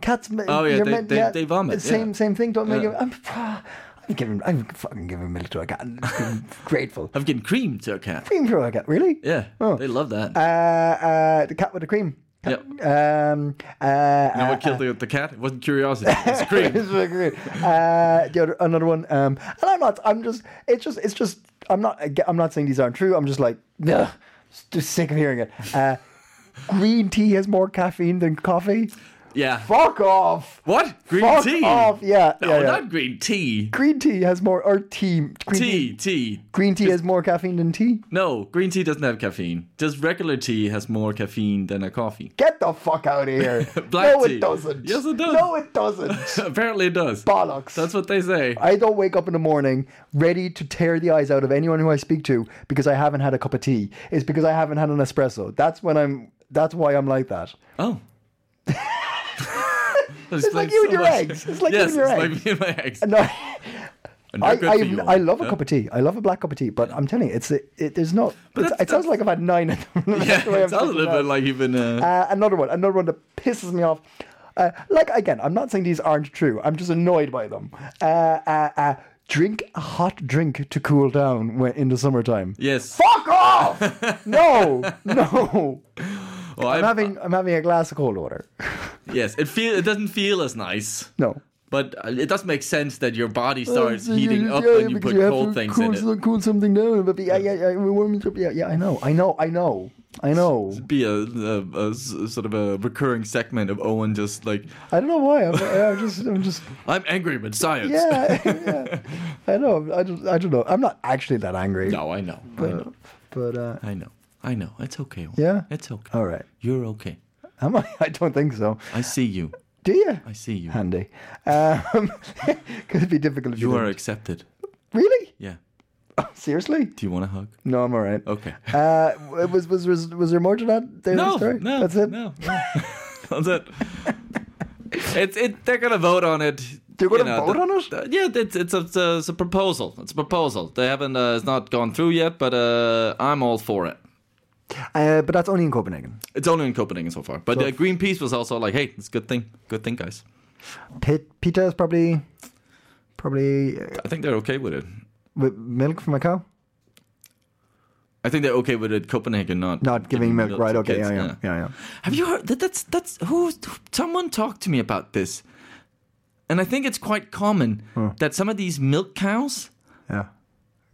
[SPEAKER 2] Cats. m-
[SPEAKER 3] Oh, yeah,
[SPEAKER 2] you're
[SPEAKER 3] they-
[SPEAKER 2] meant-
[SPEAKER 3] they- they vomit,
[SPEAKER 2] Same
[SPEAKER 3] yeah.
[SPEAKER 2] same thing. Don't make
[SPEAKER 3] Yeah.
[SPEAKER 2] it. I'm, I'm giving. I'm fucking giving milk to a cat. I'm grateful.
[SPEAKER 3] I'm getting cream to a cat.
[SPEAKER 2] Cream for a cat, really?
[SPEAKER 3] Yeah,
[SPEAKER 2] Oh.
[SPEAKER 3] they love that.
[SPEAKER 2] Uh, uh, the cat with the cream.
[SPEAKER 3] yep.
[SPEAKER 2] Um, uh,
[SPEAKER 3] You know
[SPEAKER 2] uh,
[SPEAKER 3] what killed the, the cat? It wasn't curiosity. It's cream.
[SPEAKER 2] it's like weird. Uh, the other, another one. Um, and I'm not. I'm just. It's just. It's just. I'm not. aga- I'm not saying these aren't true. I'm just like, ugh, just sick of hearing it. Uh, green tea has more caffeine than coffee.
[SPEAKER 3] Yeah.
[SPEAKER 2] Fuck off.
[SPEAKER 3] What? Green
[SPEAKER 2] Fuck
[SPEAKER 3] tea?
[SPEAKER 2] off. Yeah.
[SPEAKER 3] No,
[SPEAKER 2] yeah, yeah.
[SPEAKER 3] not green tea.
[SPEAKER 2] green tea has more or tea. Green
[SPEAKER 3] Tea, tea.
[SPEAKER 2] Green tea has more caffeine than tea.
[SPEAKER 3] No, green tea doesn't have caffeine. Just regular tea has more caffeine than a coffee.
[SPEAKER 2] Get the fuck out of here.
[SPEAKER 3] Black
[SPEAKER 2] no, it
[SPEAKER 3] tea.
[SPEAKER 2] doesn't.
[SPEAKER 3] Yes, it does.
[SPEAKER 2] No, it doesn't.
[SPEAKER 3] Apparently it does.
[SPEAKER 2] Bollocks.
[SPEAKER 3] That's what they say.
[SPEAKER 2] I don't wake up in the morning ready to tear the eyes out of anyone who I speak to because I haven't had a cup of tea. It's because I haven't had an espresso. That's when I'm. That's why I'm like that.
[SPEAKER 3] Oh.
[SPEAKER 2] It's like you and your eggs. It's like you
[SPEAKER 3] yes,
[SPEAKER 2] and your
[SPEAKER 3] it's
[SPEAKER 2] eggs.
[SPEAKER 3] like me and my eggs.
[SPEAKER 2] No,
[SPEAKER 3] And
[SPEAKER 2] I,
[SPEAKER 3] they're good for
[SPEAKER 2] I,
[SPEAKER 3] you.
[SPEAKER 2] I love a cup of tea. I love a black cup of tea. But I'm telling you, it's it, it, there's no. It's,
[SPEAKER 3] that's-
[SPEAKER 2] it sounds like I've had nine. of them. That's
[SPEAKER 3] Yeah,
[SPEAKER 2] the way I'm
[SPEAKER 3] it sounds a
[SPEAKER 2] thinking
[SPEAKER 3] little
[SPEAKER 2] now.
[SPEAKER 3] bit like you've been. Uh,
[SPEAKER 2] Uh, another one. Another one that pisses me off. Uh, like again, I'm not saying these aren't true. I'm just annoyed by them. Uh, uh, uh, drink a hot drink to cool down when, in the summertime.
[SPEAKER 3] yes.
[SPEAKER 2] Fuck off! no, no.
[SPEAKER 3] Oh,
[SPEAKER 2] I'm
[SPEAKER 3] I've-
[SPEAKER 2] having I'm having a glass of cold water.
[SPEAKER 3] Yes, it feel it doesn't feel as nice.
[SPEAKER 2] No.
[SPEAKER 3] But uh, it does make sense that your body starts
[SPEAKER 2] Uh, Yeah,
[SPEAKER 3] heating
[SPEAKER 2] yeah,
[SPEAKER 3] up
[SPEAKER 2] yeah,
[SPEAKER 3] when you
[SPEAKER 2] because
[SPEAKER 3] put
[SPEAKER 2] have
[SPEAKER 3] cold
[SPEAKER 2] to
[SPEAKER 3] things
[SPEAKER 2] cool,
[SPEAKER 3] in it.
[SPEAKER 2] some- cool something down. But yeah, yeah, yeah, it warms up. Yeah, yeah, I know, I know, I know, I know.
[SPEAKER 3] Be a, a, a s- sort of a recurring segment of Owen just like
[SPEAKER 2] I don't know why. I'm, I'm just, I'm just,
[SPEAKER 3] I'm angry with science.
[SPEAKER 2] yeah, yeah. I know. I don't, I don't know. I'm not actually that angry.
[SPEAKER 3] No, I know. I know.
[SPEAKER 2] But uh,
[SPEAKER 3] I know. I know. It's okay. Owen.
[SPEAKER 2] Yeah?
[SPEAKER 3] It's okay.
[SPEAKER 2] all right,
[SPEAKER 3] You're okay.
[SPEAKER 2] am I? I don't think so.
[SPEAKER 3] I see you.
[SPEAKER 2] Do you?
[SPEAKER 3] I see you.
[SPEAKER 2] Handy. Um, could be difficult. If you,
[SPEAKER 3] You are
[SPEAKER 2] didn't.
[SPEAKER 3] accepted.
[SPEAKER 2] really.
[SPEAKER 3] Yeah.
[SPEAKER 2] Seriously?
[SPEAKER 3] Do you want a hug?
[SPEAKER 2] No, I'm all right.
[SPEAKER 3] Okay.
[SPEAKER 2] Uh, was, was was was there more to that? There
[SPEAKER 3] no,
[SPEAKER 2] story?
[SPEAKER 3] no,
[SPEAKER 2] that's it.
[SPEAKER 3] No, no. that's it. It's it. They're gonna vote on it.
[SPEAKER 2] They're gonna vote
[SPEAKER 3] the-
[SPEAKER 2] on it?
[SPEAKER 3] the- yeah, it's it's a, it's, a, it's a proposal. It's a proposal. They haven't. Uh, it's not gone through yet, but uh, I'm all for it.
[SPEAKER 2] Uh, but that's only in Copenhagen.
[SPEAKER 3] It's only in Copenhagen so far. But uh, Greenpeace was also like, "Hey, it's a good thing. Good thing, guys.
[SPEAKER 2] Pit, pita is probably probably uh,
[SPEAKER 3] I think they're okay with it.
[SPEAKER 2] with milk from a cow.
[SPEAKER 3] I think they're okay with it. Copenhagen not
[SPEAKER 2] Not giving milk, right?
[SPEAKER 3] to
[SPEAKER 2] Okay,
[SPEAKER 3] kids,
[SPEAKER 2] yeah, yeah, yeah, yeah.
[SPEAKER 3] Have you heard that? That's that's who? Someone talked to me about this, and I think it's quite common that some of these milk cows,
[SPEAKER 2] yeah.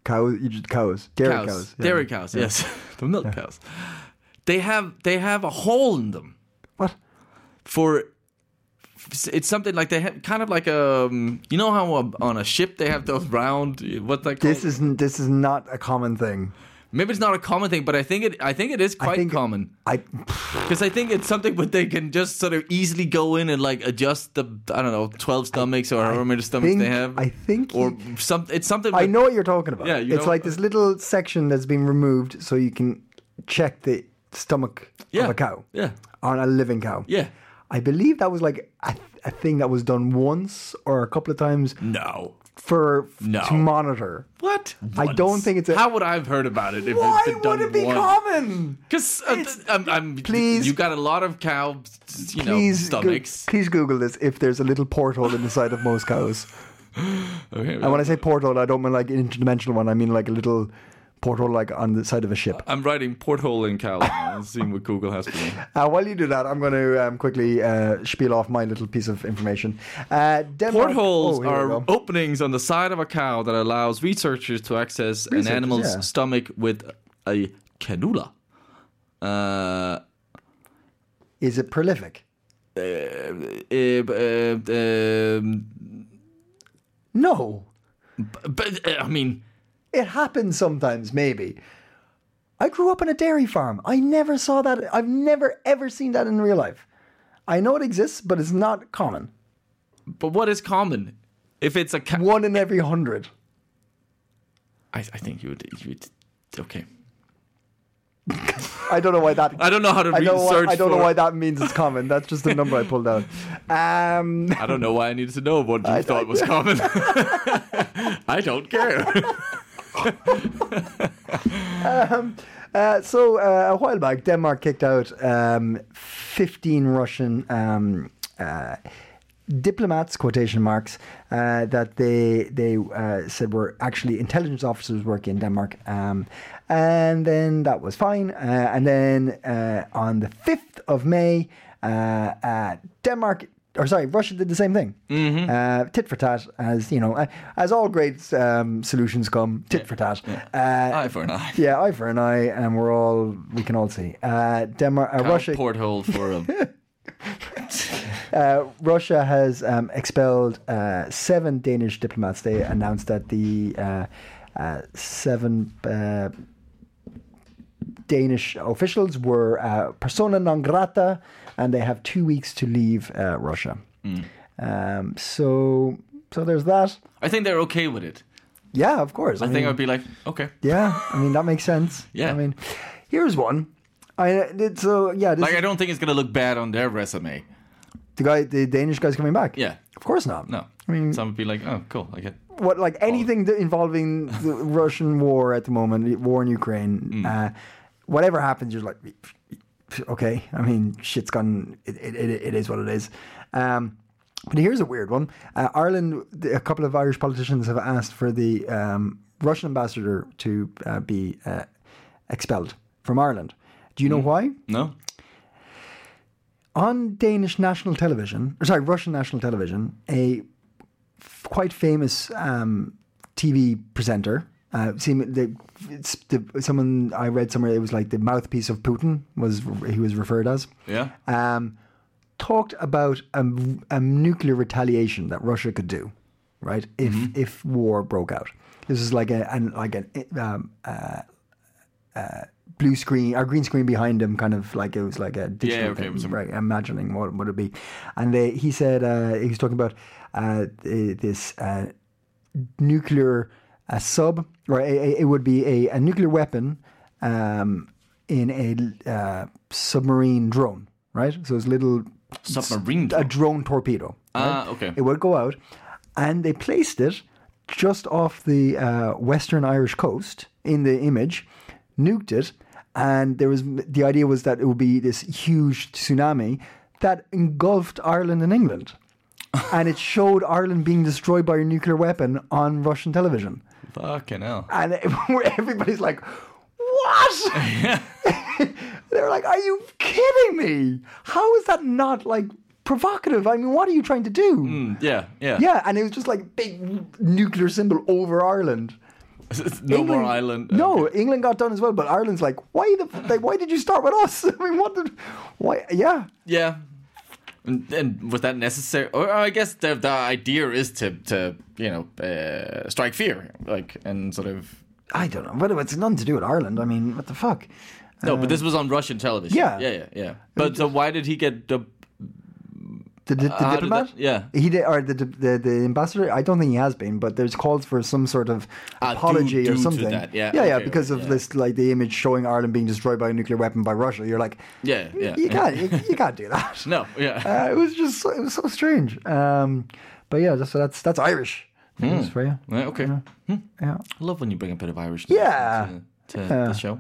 [SPEAKER 2] Cow, you just- cows, dairy cows,
[SPEAKER 3] cows,
[SPEAKER 2] yeah.
[SPEAKER 3] dairy cows, yes, the milk cows, they have they have a hole in them
[SPEAKER 2] What?
[SPEAKER 3] for. It's something like they have kind of like a um, you know how um, on a ship they have those round what they call
[SPEAKER 2] This isn't. This is not a common thing.
[SPEAKER 3] maybe it's not a common thing but I think it I think it is quite
[SPEAKER 2] think-
[SPEAKER 3] common
[SPEAKER 2] I
[SPEAKER 3] Because I think it's something where they can just sort of easily go in and like adjust the I don't know twelve stomachs or however many stomachs
[SPEAKER 2] think-
[SPEAKER 3] they have.
[SPEAKER 2] I think
[SPEAKER 3] or
[SPEAKER 2] you-
[SPEAKER 3] some it's something.
[SPEAKER 2] I
[SPEAKER 3] with-
[SPEAKER 2] know what you're talking about.
[SPEAKER 3] Yeah, you
[SPEAKER 2] it's
[SPEAKER 3] know- uh,
[SPEAKER 2] like this little section that's been removed so you can check the stomach
[SPEAKER 3] Yeah.
[SPEAKER 2] of a cow.
[SPEAKER 3] Yeah.
[SPEAKER 2] On a living cow.
[SPEAKER 3] Yeah.
[SPEAKER 2] I believe that was like a, a thing that was done once or a couple of times
[SPEAKER 3] No.
[SPEAKER 2] for
[SPEAKER 3] No.
[SPEAKER 2] to monitor.
[SPEAKER 3] What?
[SPEAKER 2] I don't think it's a-
[SPEAKER 3] How would I have heard about it if
[SPEAKER 2] Why
[SPEAKER 3] it's been done
[SPEAKER 2] would it be
[SPEAKER 3] once?
[SPEAKER 2] common?
[SPEAKER 3] Because uh, th- I'm, I'm,
[SPEAKER 2] Please.
[SPEAKER 3] you got a lot of cow, you know,
[SPEAKER 2] Please, go-
[SPEAKER 3] stomachs.
[SPEAKER 2] please Google this. If there's a little porthole in the side of most cows,
[SPEAKER 3] Okay,
[SPEAKER 2] and when I say porthole, I don't mean like an interdimensional one. I mean like a little porthole, like on the side of a ship.
[SPEAKER 3] I'm writing porthole in cow now and seeing what Google has for me.
[SPEAKER 2] Uh, while you do that, I'm going to um, quickly uh, spiel off my little piece of information. Uh, Denmark,
[SPEAKER 3] Portholes
[SPEAKER 2] Oh, here we
[SPEAKER 3] are
[SPEAKER 2] go.
[SPEAKER 3] openings on the side of a cow that allows researchers to access
[SPEAKER 2] Researchers,
[SPEAKER 3] an animal's
[SPEAKER 2] yeah.
[SPEAKER 3] stomach with a cannula. Uh,
[SPEAKER 2] Is it prolific?
[SPEAKER 3] eh, eh, um,
[SPEAKER 2] No,
[SPEAKER 3] but eh, I mean,
[SPEAKER 2] it happens sometimes. Maybe. I grew up on a dairy farm. I never saw that. I've never ever seen that in real life. I know it exists, but it's not common.
[SPEAKER 3] but what is common? If it's a cow,
[SPEAKER 2] One in every hundred.
[SPEAKER 3] I, I think you would. You would okay.
[SPEAKER 2] I don't know why that.
[SPEAKER 3] I don't know how to
[SPEAKER 2] I don't, why,
[SPEAKER 3] research.
[SPEAKER 2] I don't know
[SPEAKER 3] for-
[SPEAKER 2] why that means it's common. That's just the number I pulled out. Um,
[SPEAKER 3] I don't know why I needed to know what you thought was common. I don't care.
[SPEAKER 2] Uh, so uh, a while back, Denmark kicked out um, 15 Russian um, uh, diplomats, quotation marks, uh, that they they uh, said were actually intelligence officers working in Denmark, um, and then that was fine. Uh, and then uh, on the 5th of May, uh, uh, Denmark. Or sorry, Russia did the same thing. Uh, tit for tat, as you know, uh, as all great um, solutions come, tit for tat. Uh,
[SPEAKER 3] Eye for an eye.
[SPEAKER 2] yeah, eye for an eye, and we're all we can all see. Uh, Denmark, uh,
[SPEAKER 3] Cow
[SPEAKER 2] Russia,
[SPEAKER 3] Porthole for a.
[SPEAKER 2] uh, Russia has um, expelled uh, seven Danish diplomats. They announced that the uh, uh, seven uh, Danish officials were uh, persona non grata, and they have two weeks to leave uh, Russia.
[SPEAKER 3] Mm.
[SPEAKER 2] Um, so, so there's that.
[SPEAKER 3] I think they're okay with it.
[SPEAKER 2] Yeah, of course.
[SPEAKER 3] I think I'd be like, okay.
[SPEAKER 2] Yeah, I mean that makes sense.
[SPEAKER 3] Yeah.
[SPEAKER 2] I mean, here's one. I it's, so yeah, this
[SPEAKER 3] Like,
[SPEAKER 2] is-
[SPEAKER 3] I don't think it's gonna look bad on their resume.
[SPEAKER 2] the guy, the Danish guy's coming back.
[SPEAKER 3] Yeah.
[SPEAKER 2] of course not.
[SPEAKER 3] No,
[SPEAKER 2] I mean,
[SPEAKER 3] some would be like, "Oh, cool, I get."
[SPEAKER 2] what like anything that involving the Russian war at the moment, war in Ukraine,
[SPEAKER 3] Mm.
[SPEAKER 2] uh, whatever happens, you're like, okay. I mean, shit's gone. It, it, it, it is what it is. Um, but here's a weird one. Uh, Ireland, a couple of Irish politicians have asked for the um, Russian ambassador to uh, be uh, expelled from Ireland. Do you know
[SPEAKER 3] Mm.
[SPEAKER 2] why?
[SPEAKER 3] No,
[SPEAKER 2] on Danish national television, or sorry, Russian national television, a f- quite famous um, TV presenter. Uh, seem the, it's the, someone I read somewhere it was like the mouthpiece of Putin was he was referred as
[SPEAKER 3] yeah,
[SPEAKER 2] um, talked about a, a nuclear retaliation that Russia could do, right? If
[SPEAKER 3] Mm-hmm.
[SPEAKER 2] if war broke out, this is like a an, like an um, uh, uh, blue screen or green screen behind him, kind of like it was like a digital
[SPEAKER 3] okay, it
[SPEAKER 2] thing,
[SPEAKER 3] was some-
[SPEAKER 2] right? Imagining what would it be, and they, he said uh, he was talking about uh, th- this uh, nuclear a sub, or a, a, it would be a, a nuclear weapon um, in a uh, submarine drone, right? So it's little
[SPEAKER 3] Submarine.
[SPEAKER 2] a drone torpedo.
[SPEAKER 3] Ah,
[SPEAKER 2] right?
[SPEAKER 3] okay.
[SPEAKER 2] It would go out, and they placed it just off the uh, western Irish coast in the image, nuked it, and there was the idea was that it would be this huge tsunami that engulfed Ireland and England, and it showed Ireland being destroyed by a nuclear weapon on Russian television,
[SPEAKER 3] Fucking hell.
[SPEAKER 2] and it- everybody's like, "What?" They're like, "Are you kidding me? How is that not like provocative? I mean, what are you trying to do?"
[SPEAKER 3] Yeah, yeah.
[SPEAKER 2] Yeah, and it was just like big nuclear symbol over Ireland.
[SPEAKER 3] no more
[SPEAKER 2] England-
[SPEAKER 3] island.
[SPEAKER 2] No, England got done as well, but Ireland's like, why the like, why did you start with us? I mean, what did why? Yeah,
[SPEAKER 3] Yeah. And, and was that necessary? Or I guess the, the idea is to, to you know, uh, strike fear, like, and sort of.
[SPEAKER 2] I don't know, but it's nothing to do with Ireland. I mean, what the fuck?
[SPEAKER 3] No, but this was on Russian television.
[SPEAKER 2] Uh, yeah.
[SPEAKER 3] yeah, yeah, yeah. But so why did he get the?
[SPEAKER 2] The, the, the
[SPEAKER 3] how did
[SPEAKER 2] diplomat?
[SPEAKER 3] that- Uh, yeah.
[SPEAKER 2] he did, or the, the the ambassador. I don't think he has been, but there's calls for some sort of
[SPEAKER 3] Ah, due-
[SPEAKER 2] apology
[SPEAKER 3] due
[SPEAKER 2] or
[SPEAKER 3] to
[SPEAKER 2] something.
[SPEAKER 3] that, yeah,
[SPEAKER 2] yeah,
[SPEAKER 3] okay,
[SPEAKER 2] because
[SPEAKER 3] okay,
[SPEAKER 2] of
[SPEAKER 3] yeah.
[SPEAKER 2] this, like the image showing Ireland being destroyed by a nuclear weapon by Russia. You're like,
[SPEAKER 3] Yeah, yeah.
[SPEAKER 2] you can't, you, you can't do that.
[SPEAKER 3] No, yeah.
[SPEAKER 2] Uh, it was just so, it was so strange. Um, but yeah, that's that's that's Irish news for you.
[SPEAKER 3] Hmm. Yeah, okay. Hmm.
[SPEAKER 2] Yeah,
[SPEAKER 3] I love when you bring a bit of Irish.
[SPEAKER 2] Yeah.
[SPEAKER 3] To, to the show.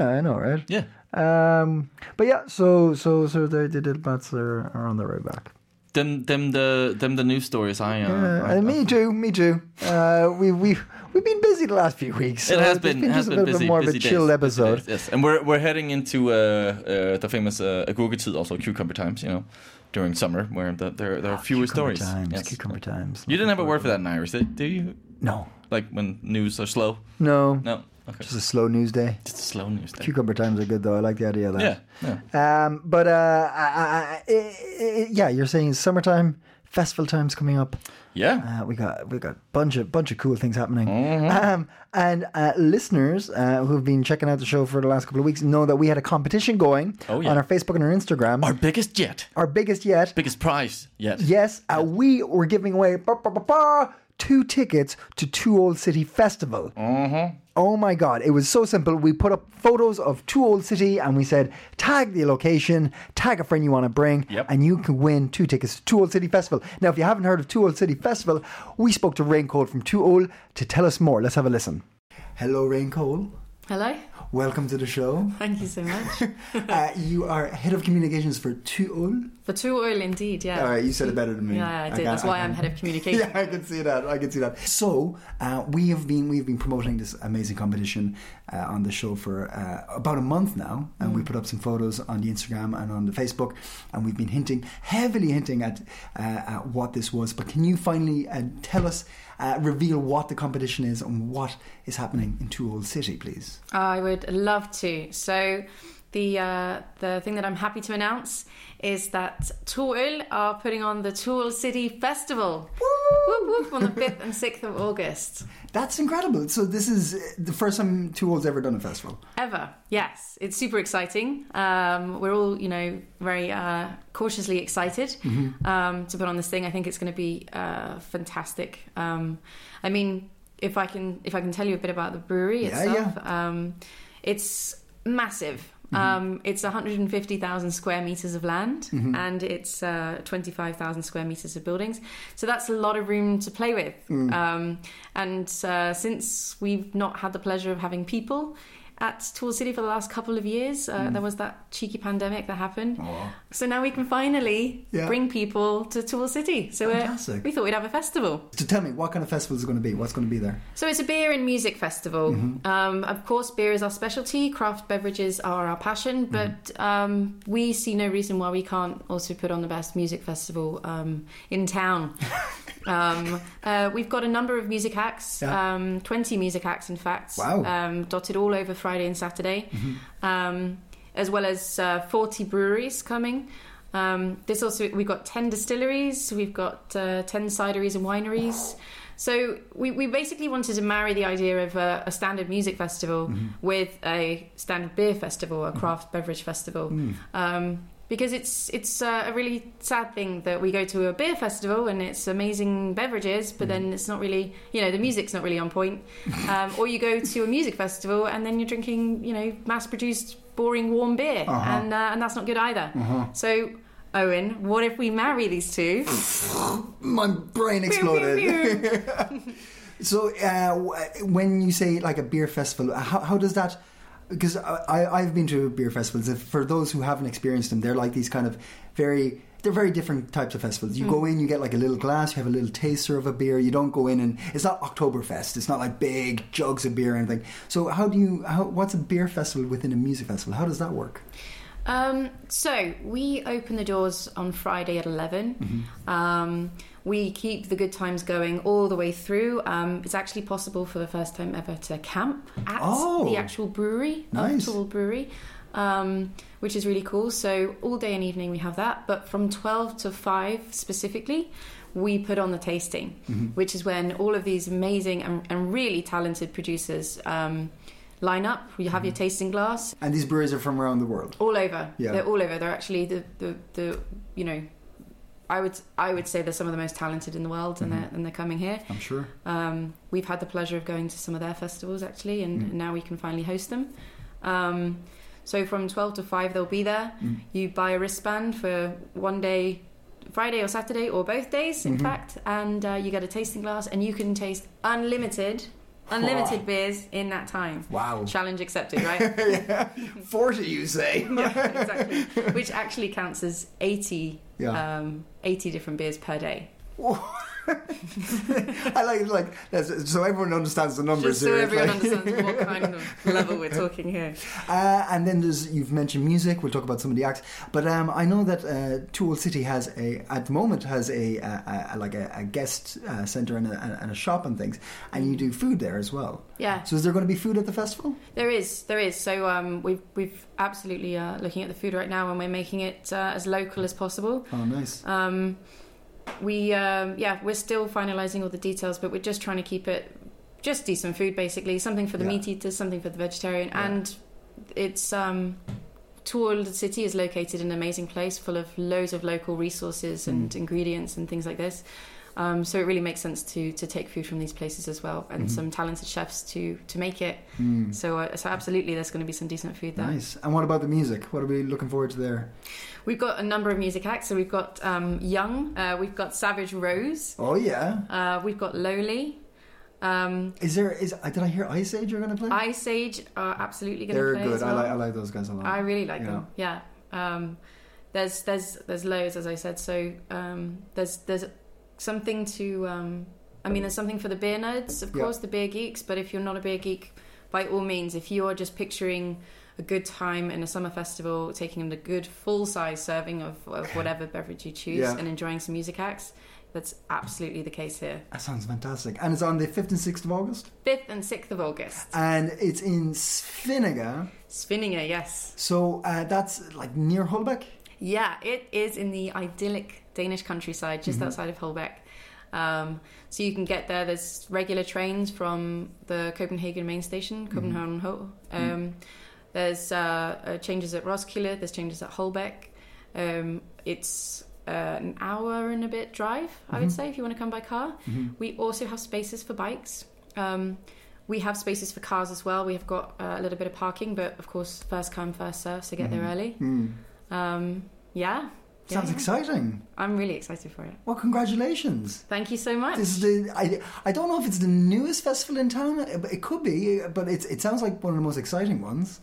[SPEAKER 2] yeah, I know, right?
[SPEAKER 3] Yeah.
[SPEAKER 2] Um, but yeah, so so so the the diplomats are, are on their way back.
[SPEAKER 3] Them, them, the, them, the news stories. I, uh,
[SPEAKER 2] Uh,
[SPEAKER 3] I,
[SPEAKER 2] and me too, me too. Uh, we we we've been busy the last few weeks. so
[SPEAKER 3] It has
[SPEAKER 2] it's
[SPEAKER 3] been, has
[SPEAKER 2] just a
[SPEAKER 3] been
[SPEAKER 2] little
[SPEAKER 3] busy,
[SPEAKER 2] bit more
[SPEAKER 3] busy
[SPEAKER 2] of a chill
[SPEAKER 3] days, busy
[SPEAKER 2] episode.
[SPEAKER 3] days, yes, and we're we're heading into uh, uh, the famous uh, agurketid, also cucumber times. You know, during summer where the, there there are fewer
[SPEAKER 2] Ah, Cucumber
[SPEAKER 3] stories.
[SPEAKER 2] times,
[SPEAKER 3] Yes.
[SPEAKER 2] cucumber times.
[SPEAKER 3] You didn't have a word for that in Irish, did, do you?
[SPEAKER 2] No,
[SPEAKER 3] Like when news are slow.
[SPEAKER 2] no,
[SPEAKER 3] No. Okay.
[SPEAKER 2] Just a slow news day.
[SPEAKER 3] Just a slow news. Day.
[SPEAKER 2] Cucumber times are good though. I like the idea of that.
[SPEAKER 3] Yeah. Yeah.
[SPEAKER 2] Um, but uh, I, I, I, I, yeah, you're saying summertime, festival time's coming up.
[SPEAKER 3] Yeah.
[SPEAKER 2] Uh, we got we got bunch of bunch of cool things happening.
[SPEAKER 3] Mm-hmm.
[SPEAKER 2] Um, and uh, listeners uh, who've been checking out the show for the last couple of weeks know that we had a competition going
[SPEAKER 3] Oh, yeah.
[SPEAKER 2] on our Facebook and our Instagram.
[SPEAKER 3] Our
[SPEAKER 2] Our,
[SPEAKER 3] biggest yet.
[SPEAKER 2] biggest yet.
[SPEAKER 3] Biggest prize yet.
[SPEAKER 2] yes, uh, we were giving away ba, ba, ba, ba, two tickets to Two Old City Festival. Oh my God, it was so simple. We put up photos of Two Old City and we said, tag the location, tag a friend you want to bring,
[SPEAKER 3] Yep.
[SPEAKER 2] and you can win two tickets to Two Old City Festival. Now, if you haven't heard of Two Old City Festival, we spoke to Raincoal from Two Old to tell us more. Let's have a listen. Hello, Raincoal.
[SPEAKER 5] Hello.
[SPEAKER 2] Welcome to the show.
[SPEAKER 5] Thank you so much.
[SPEAKER 2] uh, you are head of communications for Two Old.
[SPEAKER 5] For two oil, indeed. Yeah.
[SPEAKER 2] All right, you said it better than me.
[SPEAKER 5] Yeah, I did.
[SPEAKER 2] got-
[SPEAKER 5] That's why
[SPEAKER 2] I
[SPEAKER 5] I'm
[SPEAKER 2] got-
[SPEAKER 5] head of communication.
[SPEAKER 2] Yeah, I can see that. I can see that. So uh, we have been we have been promoting this amazing competition uh, on the show for uh, about a month now, and
[SPEAKER 5] Mm.
[SPEAKER 2] we put up some photos on the Instagram and on the Facebook, and we've been hinting heavily hinting at, uh, at what this was. But can you finally uh, tell us, uh, reveal what the competition is and what is happening in Two Old City, please?
[SPEAKER 5] I would love to. So, the uh, the thing that I'm happy to announce is that Tool are putting on the Tool City Festival whoop, whoop, on the 5th and 6th of August.
[SPEAKER 2] That's incredible. So this is uh, the first time Two Old's ever done a festival.
[SPEAKER 5] Ever. Yes, it's super exciting. Um, we're all, you know, very uh, cautiously excited
[SPEAKER 2] Mm-hmm.
[SPEAKER 5] um, to put on this thing. I think it's going to be uh, fantastic. Um, I mean, if I can, if I can tell you a bit about the brewery
[SPEAKER 2] Yeah,
[SPEAKER 5] itself, Um, it's massive.
[SPEAKER 2] Mm-hmm.
[SPEAKER 5] Um, it's 150,000 square meters of land
[SPEAKER 2] Mm-hmm.
[SPEAKER 5] and it's uh, 25,000 square meters of buildings. So that's a lot of room to play with.
[SPEAKER 2] Mm.
[SPEAKER 5] Um, and uh, since we've not had the pleasure of having people at Tool City for the last couple of years, uh,
[SPEAKER 2] Mm.
[SPEAKER 5] there was that cheeky pandemic that happened. So now we can finally
[SPEAKER 2] Oh, Yeah.
[SPEAKER 5] bring people to Tool City. So we're,
[SPEAKER 2] Fantastic.
[SPEAKER 5] we thought we'd have a festival.
[SPEAKER 2] So tell me, what kind of festival is it going to be? What's going to be there?
[SPEAKER 5] So it's a beer and music festival. Um, of course, beer is our specialty. Craft beverages are our passion, but um, we see no reason why we can't also put on the best music festival um, in town. um, uh, we've got a number of music acts,
[SPEAKER 2] Yeah.
[SPEAKER 5] um, twenty music acts, in fact,
[SPEAKER 2] Wow.
[SPEAKER 5] um, dotted all over Friday and Saturday, um, as well as uh, forty breweries coming. Um, this also we've got ten distilleries, we've got uh, ten cideries and wineries. So we, we basically wanted to marry the idea of a, a standard music festival with a standard beer festival, a craft beverage festival. Um, because it's it's uh, a really sad thing that we go to a beer festival and it's amazing beverages, but then it's not really you know the music's not really on point, um, or you go to a music festival and then you're drinking you know mass-produced boring warm beer, and uh, and that's not good either. So. Owen, what if we marry these two?
[SPEAKER 2] My brain exploded. so uh, w- when you say like a beer festival, uh, how, how does that? Because I, I- I've been to beer festivals. If- For those who haven't experienced them, they're like these kind of very. They're very different types of festivals. You go in, you get like a little glass, you have a little taster of a beer. You don't go in and it's not Oktoberfest. It's not like big jugs of beer or anything. So how do you? How, what's a beer festival within a music festival? How does that work?
[SPEAKER 5] Um, so we open the doors on Friday at 11 Um, we keep the good times going all the way through. Um, it's actually possible for the first time ever to camp at
[SPEAKER 2] Oh.
[SPEAKER 5] the actual brewery,
[SPEAKER 2] Nice.
[SPEAKER 5] nice. Brewery, um, which is really cool. So all day and evening we have that, but from twelve to five specifically. We put on the tasting, which is when all of these amazing and, and really talented producers um, line up. You have your tasting glass,
[SPEAKER 2] And these breweries are from around the world.
[SPEAKER 5] all over.
[SPEAKER 2] Yeah.
[SPEAKER 5] They're all over. They're actually the, the, the you know, I would I would say they're some of the most talented in the world, and
[SPEAKER 2] Mm-hmm.
[SPEAKER 5] they're and they're coming here.
[SPEAKER 2] I'm sure.
[SPEAKER 5] Um, we've had the pleasure of going to some of their festivals actually, and,
[SPEAKER 2] Mm.
[SPEAKER 5] and now we can finally host them. Um, so from twelve to five, they'll be there.
[SPEAKER 2] Mm.
[SPEAKER 5] You buy a wristband for one day. Friday or Saturday or both days,
[SPEAKER 2] Mm-hmm.
[SPEAKER 5] in fact, and uh, you get a tasting glass, and you can taste unlimited, unlimited beers in that time.
[SPEAKER 2] Wow.
[SPEAKER 5] Challenge accepted, right?
[SPEAKER 2] Forty, you say?
[SPEAKER 5] yeah, exactly. Which actually counts as 80,
[SPEAKER 2] Yeah.
[SPEAKER 5] um, 80 different beers per day.
[SPEAKER 2] I like like that's- so everyone understands the numbers
[SPEAKER 5] Just so
[SPEAKER 2] here. It's
[SPEAKER 5] everyone
[SPEAKER 2] like-
[SPEAKER 5] understands what kind of level we're talking here.
[SPEAKER 2] Uh, and then there's you've mentioned music. We'll talk about some of the acts, but um, I know that uh, Tool City has a at the moment has a, a, a like a, a guest uh, center and a, and a shop and things, and you do food there as well.
[SPEAKER 5] Yeah.
[SPEAKER 2] So is there going to be food at the festival?
[SPEAKER 5] There is, there is. So um, we've, we've absolutely uh, looking at the food right now and we're making it uh, as local as possible.
[SPEAKER 2] Oh, nice.
[SPEAKER 5] Um, we, um, yeah, we're still finalising all the details, but we're just trying to keep it just decent food, basically. Something for the
[SPEAKER 2] Yeah.
[SPEAKER 5] meat eaters, something for the vegetarian, and it's um, Toul City is located in an amazing place, full of loads of local resources
[SPEAKER 2] Mm.
[SPEAKER 5] and ingredients and things like this. Um, so it really makes sense to to take food from these places as well, and
[SPEAKER 2] Mm-hmm.
[SPEAKER 5] some talented chefs to to make it. So uh, so absolutely, there's going to be some decent food there.
[SPEAKER 2] Hmm. Mm. nice. And what about the music? What are we looking forward to there?
[SPEAKER 5] We've got a number of music acts. So we've got um, Young, uh, we've got Savage Rose,
[SPEAKER 2] Oh yeah.
[SPEAKER 5] uh, we've got Lowly. Um,
[SPEAKER 2] Is there is uh, did I hear Ice Age you're going to play?
[SPEAKER 5] Ice Age are absolutely going
[SPEAKER 2] They're
[SPEAKER 5] to play
[SPEAKER 2] good.
[SPEAKER 5] as well.
[SPEAKER 2] I like I like those guys a lot.
[SPEAKER 5] I really like
[SPEAKER 2] Yeah.
[SPEAKER 5] them. Yeah. Um, there's there's there's loads as I said. So um, there's there's something to. Um, I mean, there's something for the beer nerds, of
[SPEAKER 2] Yeah.
[SPEAKER 5] course, the beer geeks. But if you're not a beer geek, by all means, if you are just picturing a good time in a summer festival, taking the good full size serving of, of whatever beverage you choose,
[SPEAKER 2] Yeah.
[SPEAKER 5] and enjoying some music acts, that's absolutely the case here.
[SPEAKER 2] That sounds fantastic. And it's on the fifth and sixth of August,
[SPEAKER 5] Fifth and sixth of August,
[SPEAKER 2] and it's in Sfinnegan.
[SPEAKER 5] Spinninger, yes.
[SPEAKER 2] So uh, that's like near Holbeck.
[SPEAKER 5] Yeah, it is in the idyllic Danish countryside, just outside of Holbeck. Um, so you can get there. There's regular trains from the Copenhagen main station, Copenhagen Ho. Um, There's uh, uh, changes at Roskilde. There's changes at Holbeck. Um, it's uh, an hour and a bit drive, I would say, if you want to come by car. We also have spaces for bikes. Um, we have spaces for cars as well. We have got uh, a little bit of parking, but of course, first come, first serve. So get there early. Um, yeah. Yeah,
[SPEAKER 2] Sounds
[SPEAKER 5] yeah.
[SPEAKER 2] exciting.
[SPEAKER 5] I'm really excited for it.
[SPEAKER 2] Well, congratulations.
[SPEAKER 5] Thank you so much.
[SPEAKER 2] This is the I, I don't know if it's the newest festival in town. uh, but It could be, uh, but it's, it sounds like one of the most exciting ones.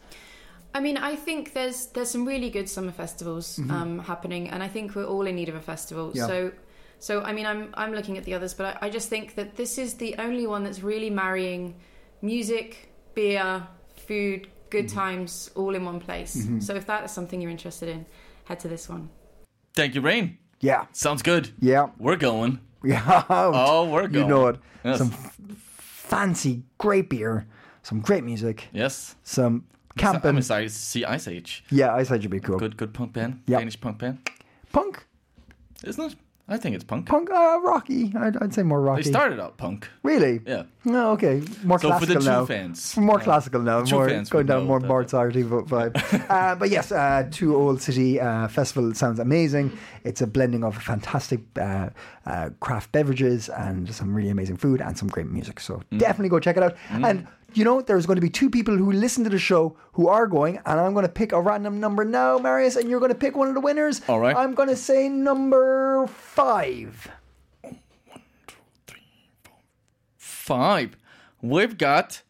[SPEAKER 5] I mean, I think there's there's some really good summer festivals um, happening, and I think we're all in need of a festival.
[SPEAKER 2] Mm-hmm. Yeah.
[SPEAKER 5] So, so I mean, I'm I'm looking at the others, but I, I just think that this is the only one that's really marrying music, beer, food, good
[SPEAKER 2] Mm-hmm.
[SPEAKER 5] times, all in one place. So, if that is something you're interested in, head to this one.
[SPEAKER 3] Thank you, Rain.
[SPEAKER 2] Yeah,
[SPEAKER 3] Sounds good.
[SPEAKER 2] yeah,
[SPEAKER 3] We're going.
[SPEAKER 2] yeah.
[SPEAKER 3] Oh, we're
[SPEAKER 2] You
[SPEAKER 3] going.
[SPEAKER 2] know it.
[SPEAKER 3] Yes.
[SPEAKER 2] Some f- fancy great beer, some great music,
[SPEAKER 3] Yes.
[SPEAKER 2] some
[SPEAKER 3] So- I'm
[SPEAKER 2] camping.
[SPEAKER 3] excited to see Ice Age.
[SPEAKER 2] Oh. yeah, I said you'd be cool.
[SPEAKER 3] Good, good punk band.
[SPEAKER 2] Yeah.
[SPEAKER 3] Danish punk band.
[SPEAKER 2] Punk.
[SPEAKER 3] Isn't it? I think it's punk.
[SPEAKER 2] Punk, uh, rocky. I'd, I'd say more rocky.
[SPEAKER 3] They started out punk.
[SPEAKER 2] Really?
[SPEAKER 3] Yeah.
[SPEAKER 2] No, okay. More
[SPEAKER 3] So for the
[SPEAKER 2] classical
[SPEAKER 3] true
[SPEAKER 2] now.
[SPEAKER 3] fans.
[SPEAKER 2] More classical now.
[SPEAKER 3] true
[SPEAKER 2] More
[SPEAKER 3] fans
[SPEAKER 2] going
[SPEAKER 3] would
[SPEAKER 2] down
[SPEAKER 3] know
[SPEAKER 2] more
[SPEAKER 3] that.
[SPEAKER 2] Bart Doherty vi- vibe. uh, but yes, uh, Two Old City uh, Festival sounds amazing. It's a blending of fantastic uh, uh, craft beverages and some really amazing food and some great music. So
[SPEAKER 3] Mm.
[SPEAKER 2] definitely go check it out. And you know, there's going to be two people who listen to the show who are going, and I'm going to pick a random number now, Marius, and you're going to pick one of the winners.
[SPEAKER 3] All right.
[SPEAKER 2] I'm going to say number five.
[SPEAKER 3] Five. We've got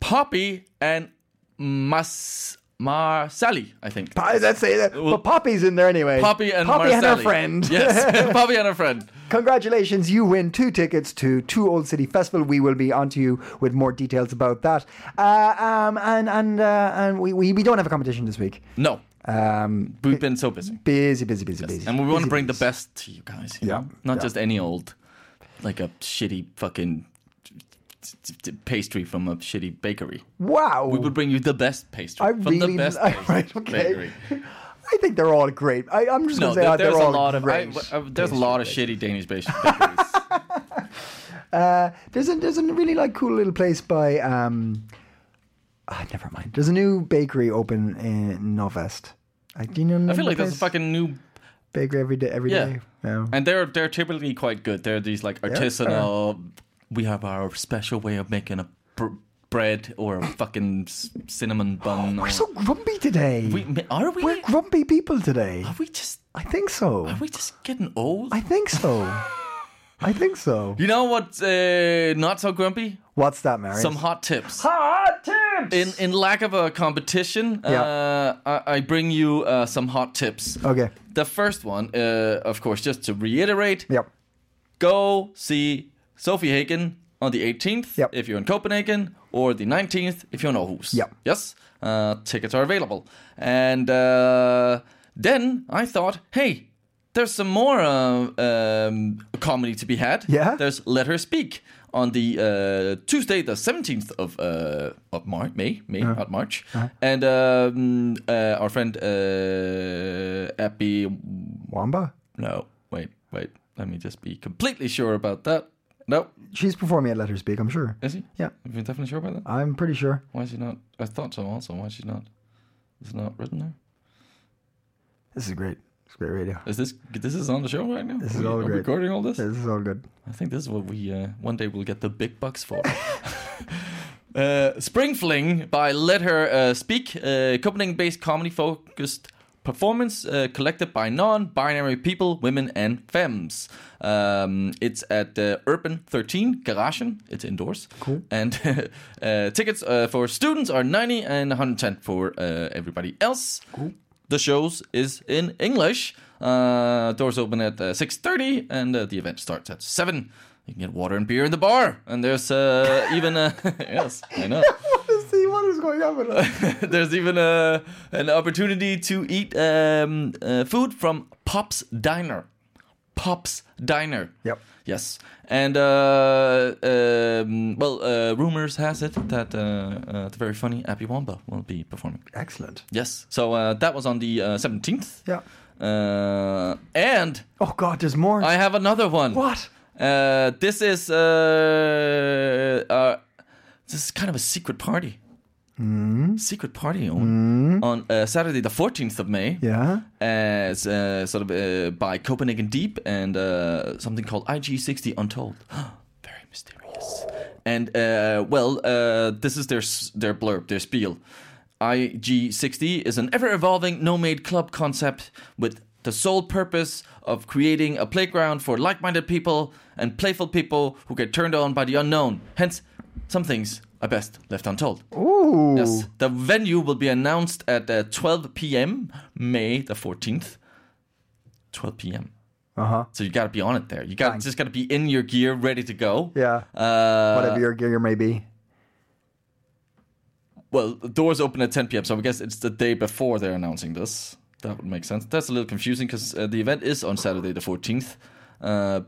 [SPEAKER 3] Poppy and Mas Marsali, I think.
[SPEAKER 2] I, let's say that. but Poppy's in there anyway.
[SPEAKER 3] Poppy and
[SPEAKER 2] Poppy and her
[SPEAKER 3] Marsali.
[SPEAKER 2] friend.
[SPEAKER 3] Yes, Poppy and her friend.
[SPEAKER 2] Congratulations, you win two tickets to Two Old City Festival. We will be onto you with more details about that. Uh, um, and and uh, and we, we, we don't have a competition this week.
[SPEAKER 3] No. Um, We've been so busy.
[SPEAKER 2] Busy, busy, busy, busy.
[SPEAKER 3] And we want
[SPEAKER 2] busy,
[SPEAKER 3] to bring the
[SPEAKER 2] busy.
[SPEAKER 3] best to you guys. you
[SPEAKER 2] Yeah,
[SPEAKER 3] know? Not
[SPEAKER 2] yeah.
[SPEAKER 3] just any old, like a shitty fucking t- t- t- pastry from a shitty bakery.
[SPEAKER 2] Wow.
[SPEAKER 3] We would bring you the best pastry
[SPEAKER 2] I
[SPEAKER 3] from
[SPEAKER 2] really
[SPEAKER 3] the best
[SPEAKER 2] I-
[SPEAKER 3] pastry
[SPEAKER 2] right, okay.
[SPEAKER 3] bakery.
[SPEAKER 2] I think they're all great. I, I'm just
[SPEAKER 3] No,
[SPEAKER 2] going to say
[SPEAKER 3] there-
[SPEAKER 2] uh,
[SPEAKER 3] there's
[SPEAKER 2] they're
[SPEAKER 3] a
[SPEAKER 2] all
[SPEAKER 3] lot of I-
[SPEAKER 2] great.
[SPEAKER 3] I- there's a lot of shitty Danish bas- bakeries.
[SPEAKER 2] There's a there's a really like cool little place by um ah, never mind. There's a new bakery open in Novest. I do you know.
[SPEAKER 3] I feel like there's a fucking new
[SPEAKER 2] bakery every day every
[SPEAKER 3] Yeah.
[SPEAKER 2] day. No.
[SPEAKER 3] And they're they're typically quite good. They're these like artisanal. We have our special way of making a br- bread or a fucking s- cinnamon bun. or-
[SPEAKER 2] We're so grumpy today.
[SPEAKER 3] we, ma- are we?
[SPEAKER 2] We're grumpy people today.
[SPEAKER 3] are we just?
[SPEAKER 2] I think so.
[SPEAKER 3] Are we just getting old?
[SPEAKER 2] I think so. I think so.
[SPEAKER 3] you know what's uh, not so grumpy?
[SPEAKER 2] What's that, Mary?
[SPEAKER 3] Some hot tips.
[SPEAKER 2] hot tips.
[SPEAKER 3] In in lack of a competition, uh, I, I bring you uh, some hot tips.
[SPEAKER 2] Okay.
[SPEAKER 3] The first one, uh, of course, just to reiterate,
[SPEAKER 2] Yep.
[SPEAKER 3] go see Sophie Hagen on the 18th
[SPEAKER 2] Yep.
[SPEAKER 3] if you're in Copenhagen, or the 19th if you're in Aarhus.
[SPEAKER 2] Yep.
[SPEAKER 3] Yes, uh, tickets are available. And uh, then I thought, hey, there's some more uh, um, comedy to be had.
[SPEAKER 2] Yeah?
[SPEAKER 3] There's Let Her Speak on the uh, Tuesday, the 17th of, uh, of March, May, May,
[SPEAKER 2] Uh-huh.
[SPEAKER 3] not March. And um, uh, our friend uh, Abby
[SPEAKER 2] Wamba.
[SPEAKER 3] no, wait, wait. Let me just be completely sure about that. No,
[SPEAKER 2] She's performing at Let Her Speak, I'm sure.
[SPEAKER 3] is he?
[SPEAKER 2] Yeah.
[SPEAKER 3] Are you definitely sure about that?
[SPEAKER 2] I'm pretty sure.
[SPEAKER 3] Why is he not? I thought so also. Why is she not? Is it not written there?
[SPEAKER 2] This is great. It's great radio.
[SPEAKER 3] Is this this is on the show right now?
[SPEAKER 2] This
[SPEAKER 3] are
[SPEAKER 2] is
[SPEAKER 3] we,
[SPEAKER 2] all
[SPEAKER 3] are we
[SPEAKER 2] great.
[SPEAKER 3] recording all this?
[SPEAKER 2] This is all good.
[SPEAKER 3] I think this is what we uh, one day we'll get the big bucks for. uh, Spring Fling by Let Her uh, Speak, uh, Copenhagen-based comedy-focused performance uh, collected by non-binary people, women, and femmes. Um, it's at uh, Urban 13 Garagen. It's indoors. Cool. And uh, tickets uh, for students are 90 and 110 for uh, everybody else. Cool the shows is in English. Uh, doors open at uh, six thirty, and uh, the event starts at seven. You can get water and beer in the bar, and there's uh, even a yes, I know.
[SPEAKER 2] Let's see what is going on with us.
[SPEAKER 3] there's even a an opportunity to eat um, uh, food from Pop's Diner. Pop's Diner.
[SPEAKER 2] Yep.
[SPEAKER 3] Yes, and uh, um, well, uh, rumors has it that uh, uh, the very funny Abby Wamba will be performing.
[SPEAKER 2] Excellent.
[SPEAKER 3] Yes. So uh, that was on the seventeenth.
[SPEAKER 2] Yeah.
[SPEAKER 3] Uh, and
[SPEAKER 2] Oh God, there's more.
[SPEAKER 3] I have another one.
[SPEAKER 2] What?
[SPEAKER 3] Uh, this is uh, uh, this is kind of a secret party. Secret party on on uh, Saturday the fourteenth of May.
[SPEAKER 2] yeah.
[SPEAKER 3] As uh, sort of uh, by Copenhagen Deep and uh, something called IG60 Untold. Very mysterious. And uh, well, uh, this is their s- their blurb, their spiel. IG60 is an ever-evolving no-made club concept with the sole purpose of creating a playground for like-minded people and playful people who get turned on by the unknown. Hence, some things are best left untold.
[SPEAKER 2] Ooh.
[SPEAKER 3] Yes. The venue will be announced at uh, 12 p.m. May the 14th. 12 p.m.
[SPEAKER 2] Uh huh.
[SPEAKER 3] So you got to be on it there. You got just got to be in your gear, ready to go.
[SPEAKER 2] Yeah.
[SPEAKER 3] Uh,
[SPEAKER 2] Whatever your gear may be.
[SPEAKER 3] well, the doors open at 10 p.m. So I guess it's the day before they're announcing this. That would make sense. That's a little confusing because uh, the event is on Saturday the 14th. Uh,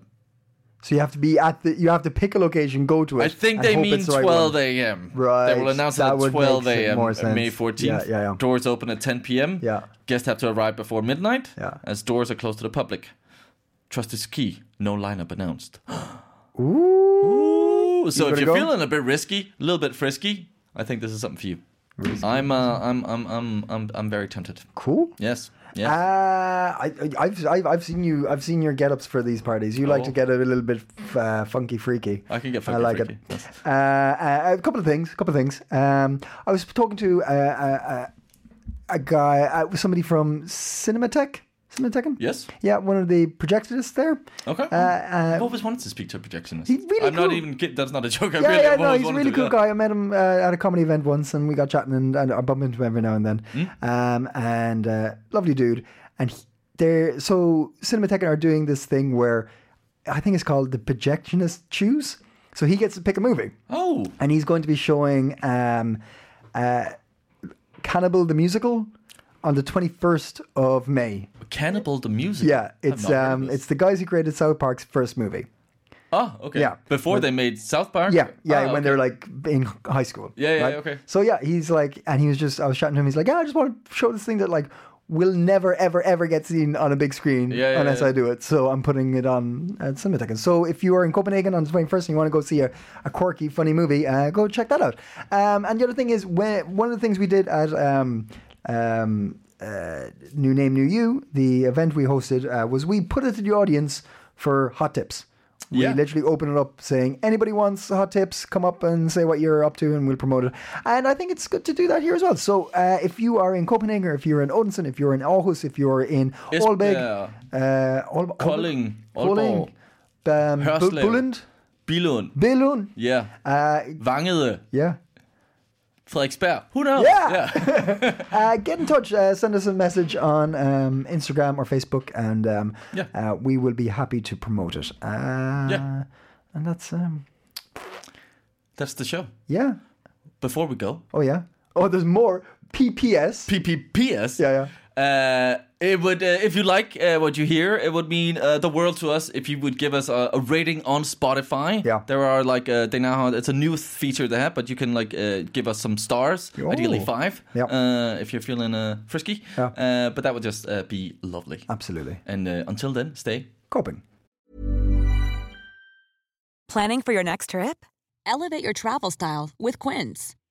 [SPEAKER 2] So you have to be at the. You have to pick a location, go to it.
[SPEAKER 3] I think
[SPEAKER 2] and
[SPEAKER 3] they
[SPEAKER 2] hope
[SPEAKER 3] mean
[SPEAKER 2] it's the right
[SPEAKER 3] 12
[SPEAKER 2] one.
[SPEAKER 3] a.m. They
[SPEAKER 2] Right,
[SPEAKER 3] will announce
[SPEAKER 2] that
[SPEAKER 3] it at
[SPEAKER 2] would
[SPEAKER 3] 12
[SPEAKER 2] make
[SPEAKER 3] a.m.
[SPEAKER 2] more
[SPEAKER 3] uh, May
[SPEAKER 2] sense.
[SPEAKER 3] 14th.
[SPEAKER 2] Yeah, yeah, yeah.
[SPEAKER 3] Doors open at 10 p.m.
[SPEAKER 2] Yeah.
[SPEAKER 3] Guests have to arrive before midnight.
[SPEAKER 2] Yeah.
[SPEAKER 3] As doors are closed to the public. Trust is key. No lineup announced.
[SPEAKER 2] Ooh.
[SPEAKER 3] Ooh, so
[SPEAKER 2] You
[SPEAKER 3] if
[SPEAKER 2] gotta
[SPEAKER 3] you're
[SPEAKER 2] go?
[SPEAKER 3] feeling a bit risky, a little bit frisky, I think this is something for you. I'm, uh, I'm, I'm, I'm, I'm, I'm very tempted.
[SPEAKER 2] Cool.
[SPEAKER 3] Yes.
[SPEAKER 2] Uh,
[SPEAKER 3] Yeah.
[SPEAKER 2] I, I- I've, I've, I've seen you. I've seen your get-ups for these parties. You like
[SPEAKER 3] Oh.
[SPEAKER 2] to get a little bit uh, funky, freaky.
[SPEAKER 3] I can get
[SPEAKER 2] I
[SPEAKER 3] funky
[SPEAKER 2] like
[SPEAKER 3] freaky,
[SPEAKER 2] it. Uh, uh, a couple of things. A couple of things. Um, I was talking to uh, uh, a guy, uh, somebody from Cinematech. Cinematech?
[SPEAKER 3] Yes.
[SPEAKER 2] Yeah, one of the projectionists there.
[SPEAKER 3] okay.
[SPEAKER 2] uh,
[SPEAKER 3] I've always wanted to speak to a projectionist.
[SPEAKER 2] He's really
[SPEAKER 3] I'm not
[SPEAKER 2] cool.
[SPEAKER 3] even kidding. That's not a joke. I
[SPEAKER 2] Yeah,
[SPEAKER 3] really
[SPEAKER 2] yeah,
[SPEAKER 3] I've
[SPEAKER 2] no,
[SPEAKER 3] always
[SPEAKER 2] he's a
[SPEAKER 3] wanted
[SPEAKER 2] really
[SPEAKER 3] to,
[SPEAKER 2] cool
[SPEAKER 3] yeah.
[SPEAKER 2] guy. I met him uh, at a comedy event once, and we got chatting, and, and I bump into him every now and then.
[SPEAKER 3] Hmm?
[SPEAKER 2] Um, and uh, lovely dude. And he, they're so Cinematheca are doing this thing where I think it's called the projectionist choose. So he gets to pick a movie,
[SPEAKER 3] Oh.
[SPEAKER 2] and he's going to be showing um, uh, Cannibal the musical on the twenty first of May.
[SPEAKER 3] Cannibal the music.
[SPEAKER 2] Yeah,
[SPEAKER 3] I've
[SPEAKER 2] it's
[SPEAKER 3] not heard of
[SPEAKER 2] um,
[SPEAKER 3] this.
[SPEAKER 2] it's the guys who created South Park's first movie.
[SPEAKER 3] Oh, okay.
[SPEAKER 2] Yeah.
[SPEAKER 3] Before they made South Park.
[SPEAKER 2] Yeah, yeah,
[SPEAKER 3] Ah,
[SPEAKER 2] when
[SPEAKER 3] okay.
[SPEAKER 2] they're like in high school.
[SPEAKER 3] Yeah, yeah,
[SPEAKER 2] right?
[SPEAKER 3] okay.
[SPEAKER 2] So yeah, he's like, and he was just, I was shouting to him. He's like, yeah, I just want to show this thing that like will never, ever, ever get seen on a big screen
[SPEAKER 3] Yeah, yeah,
[SPEAKER 2] unless
[SPEAKER 3] yeah.
[SPEAKER 2] I do it. So I'm putting it on uh, at Cinematheca. So if you are in Copenhagen on the 21st and you want to go see a, a quirky, funny movie, uh, go check that out. Um, and the other thing is, when, one of the things we did at um, um, uh, New Name, New You, the event we hosted, uh, was we put it to the audience for hot tips. We
[SPEAKER 3] Yeah.
[SPEAKER 2] literally open it up saying, anybody wants hot tips, come up and say what you're up to and we'll promote it. And I think it's good to do that here as well. So uh, if you are in Copenhagen, or if you're in Odense, if you're in Aarhus, if you're in
[SPEAKER 3] Yes,
[SPEAKER 2] Aalborg,
[SPEAKER 3] yeah.
[SPEAKER 2] uh, Aalb-
[SPEAKER 3] Kolding,
[SPEAKER 2] Kolding, um, Bu-
[SPEAKER 3] Hørslev.
[SPEAKER 2] Billund,
[SPEAKER 3] Billund.
[SPEAKER 2] Billund,
[SPEAKER 3] Yeah.
[SPEAKER 2] uh,
[SPEAKER 3] Vangede.
[SPEAKER 2] yeah.
[SPEAKER 3] Frederiksberg. Who knows?
[SPEAKER 2] Yeah. Uh, get in touch. Uh, send us a message on um, Instagram or Facebook, and um,
[SPEAKER 3] Yeah.
[SPEAKER 2] uh, we will be happy to promote it. Uh,
[SPEAKER 3] Yeah.
[SPEAKER 2] And that's um,
[SPEAKER 3] That's the show.
[SPEAKER 2] yeah.
[SPEAKER 3] Before we go,
[SPEAKER 2] Oh yeah. Oh, there's more. PPS.
[SPEAKER 3] PPPS.
[SPEAKER 2] Yeah,
[SPEAKER 3] Uh, it would, uh, if you like uh, what you hear, it would mean uh, the world to us if you would give us a, a rating on Spotify.
[SPEAKER 2] Yeah.
[SPEAKER 3] there are like uh, they now have, it's a new feature they have, but you can like uh, give us some stars,
[SPEAKER 2] Yo.
[SPEAKER 3] ideally five.
[SPEAKER 2] Yeah.
[SPEAKER 3] Uh, if you're feeling uh, frisky.
[SPEAKER 2] Yeah.
[SPEAKER 3] Uh, but that would just uh, be lovely.
[SPEAKER 2] Absolutely.
[SPEAKER 3] And uh, until then, stay
[SPEAKER 2] Coping.
[SPEAKER 6] Planning for your next trip?
[SPEAKER 7] Elevate your travel style with Quince.